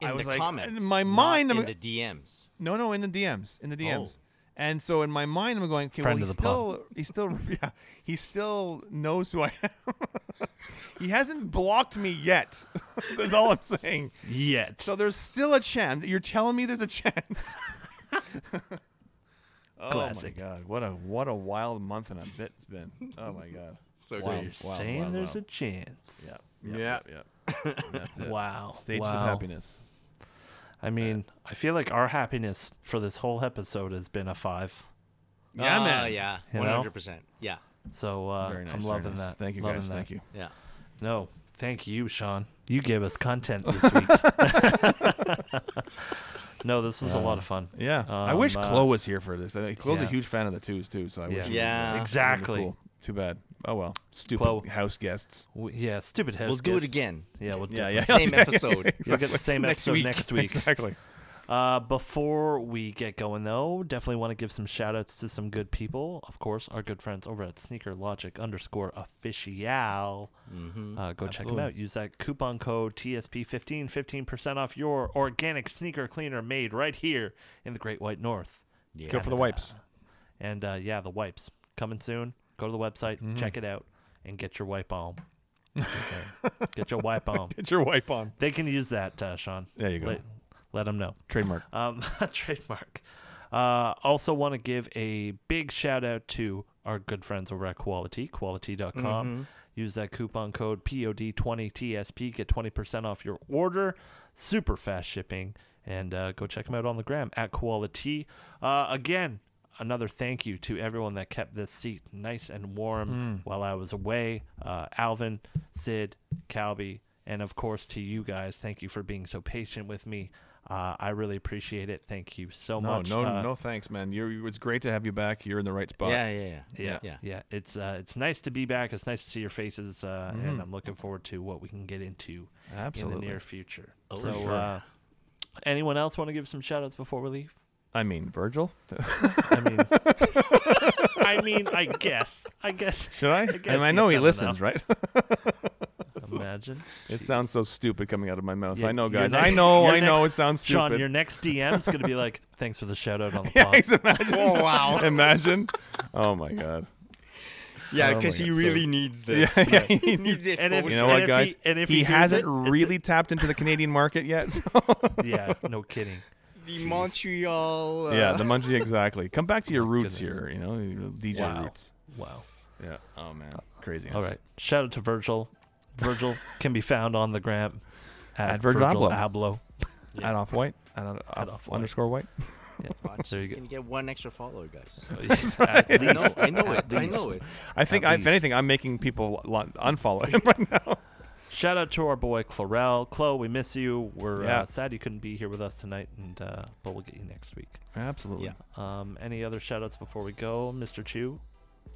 in I the was like- comments. in my not mind, in I'm- the DMs. No, no, in the DMs, in the DMs. Oh. And so in my mind, I'm going, okay, Friend well, of he the still, pub. he still, yeah, he still knows who I am. he hasn't blocked me yet. That's all I'm saying. Yet. So there's still a chance. You're telling me there's a chance. oh Classic. my god, what a what a wild month and a bit it's been. Oh my god. So So Wow. you're wow, saying wow, there's wow. a chance. Yeah. Yeah. Yeah. yeah. And That's it. Wow. Stages wow. of happiness. I mean, I feel like our happiness for this whole episode has been a five. Yeah, Ah, man. Yeah, You one know? hundred percent. Yeah, So uh, Very nice. I'm very loving nice. that. Thank you loving guys. That. Thank you. yeah. No, thank you, Sean. You gave us content this week. no, this was a lot of fun. Yeah, I Um, wish uh, Chloe was here for this. I- Chloe's a yeah. huge fan of the twos too, so I wish. Yeah. she was, uh, Yeah. it would've been Exactly. cool. Too bad. Oh well, stupid Chloe. house guests. W- yeah, stupid head. We'll do it again. Yeah, we'll do Yeah, it. yeah. Same episode. You'll get the same Next episode week. next week. Exactly. Uh, before we get going, though, definitely want to give some shout outs to some good people. Of course, our good friends over at Sneaker Logic underscore official. Uh, go check them out. Use that coupon code TSP15, 15% off your organic sneaker cleaner made right here in the Great White North. Yeah. Go for the wipes. And uh, yeah, the wipes coming soon. Go to the website, Mm-hmm. check it out, and get your wipe on. get your wipe on. Get your wipe on. They can use that, uh, Sean. There you go. Let, let them know. Trademark. Um, trademark. Uh, also, want to give a big shout out to our good friends over at Quality, quality.com. Use that coupon code POD20TSP, get 20% off your order. Super fast shipping. And uh, go check them out on the gram at Quality. Uh, again, another thank you to everyone that kept this seat nice and Mm. warm while I was away. Uh, Alvin, Sid, Calby, and of course to you guys. Thank you for being so patient with me. Uh, I really appreciate it. Thank you so No, much. Oh, no, Uh, no. Thanks, man. You're, it's great to have you back. You're in the right spot. Yeah, yeah, yeah, Yeah, yeah, yeah. It's uh, it's nice to be back. It's nice to see your faces, uh, and I'm looking forward to what we can get into in Mm. Absolutely. the near future. Oh, so, sure. uh, anyone else want to give some shout outs before we leave? I mean, Virgil. I mean, I mean, I guess, I guess. Should I? I, guess mean, I you've know he done enough. listens, right? Imagine. it sounds so stupid coming out of my mouth. Yeah, I know, your guys. next- I know. your I know. It next- sounds Sean, stupid. your next DM's gonna be like, "Thanks for the shout out on the yeah, pod." he's- imagine. Oh wow. imagine. Oh my god. Yeah, Oh because my he God, really so- needs this. yeah, he he needs the And if- exposure. You know And what, if guys? he- and if he, he hears hasn't it, it's Uh, a- really tapped into the Canadian market yet. so- yeah, no kidding. the Montreal. Uh, yeah, the Mungie exactly. Come back to your roots goodness. here. You know, your DJ Wow. roots. Wow. Uh, Yeah. Oh man, crazy. All right. Shout out to Virgil. Virgil can be found on the gram at, At Virgil Abloh. Abloh. At off white. At, off, Off White. underscore white. watch, There you he's go. gonna get one extra follower, guys. At I know, least. I know it. At I know least. it. I think, At I, if least. anything, I'm making people lo- unfollow him right now. Shout out to our boy Clarel. Chloe, we miss you. We're Yeah. uh, sad you couldn't be here with us tonight, and uh, but we'll get you next week. Absolutely. Yeah. Um, any other shout outs before we go, Mr. Chu?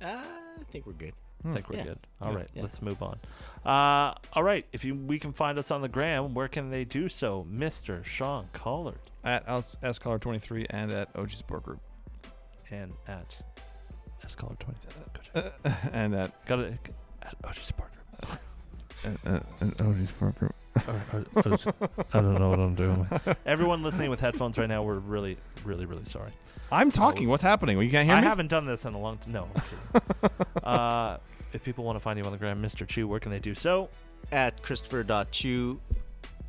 Uh, I think we're good. I think we're yeah. good. All Yeah. right, Yeah. let's move on. Uh, all right, if you we can find us on the gram, where can they do so, Mr. Sean Collard At S Collar 23 and at OG Sport Group and at S Collard twenty three. and at, Got it at OG Support Group. OG Sport Group. I don't know what I'm doing. Everyone listening with headphones right now, we're really, really, really sorry. Oh. I'm talking. What's happening? You can't hear I me. haven't done this in a long time. No. I'm kidding. uh, if people want to find you on the gram, Mr. Chu, where can they do so? At Christopher.chu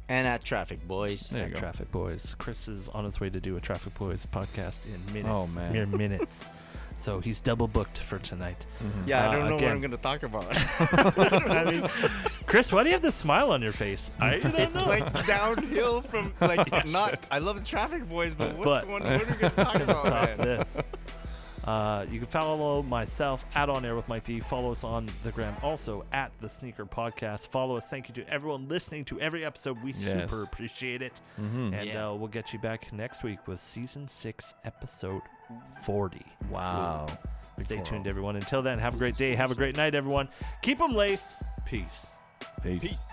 and at Traffic Boys. There you At go. Traffic Boys. Chris is on his way to do a Traffic Boys podcast in Oh, minutes. man. Mere minutes. so he's double booked for tonight. Yeah, Mm-hmm. Uh, I don't know again. what I'm going to talk about. I mean, Chris, why do you have this smile on your face? I don't it's know. like downhill from like not. I love the Traffic Boys, but what's But- going? What are we going to talk about? Talk man? this. Uh, you can follow myself at On Air with Mike D. Follow us on the gram, also at the Sneaker Podcast. Follow us. Thank you to everyone listening to every episode. We Yes. Mm-hmm. super appreciate it. And Yeah. uh, we'll get you back next week with season six, episode 40. Wow. Stay Before tuned, all. everyone. Until then, have a great day. Have a great night, everyone. Keep them laced. Peace. Peace. Peace.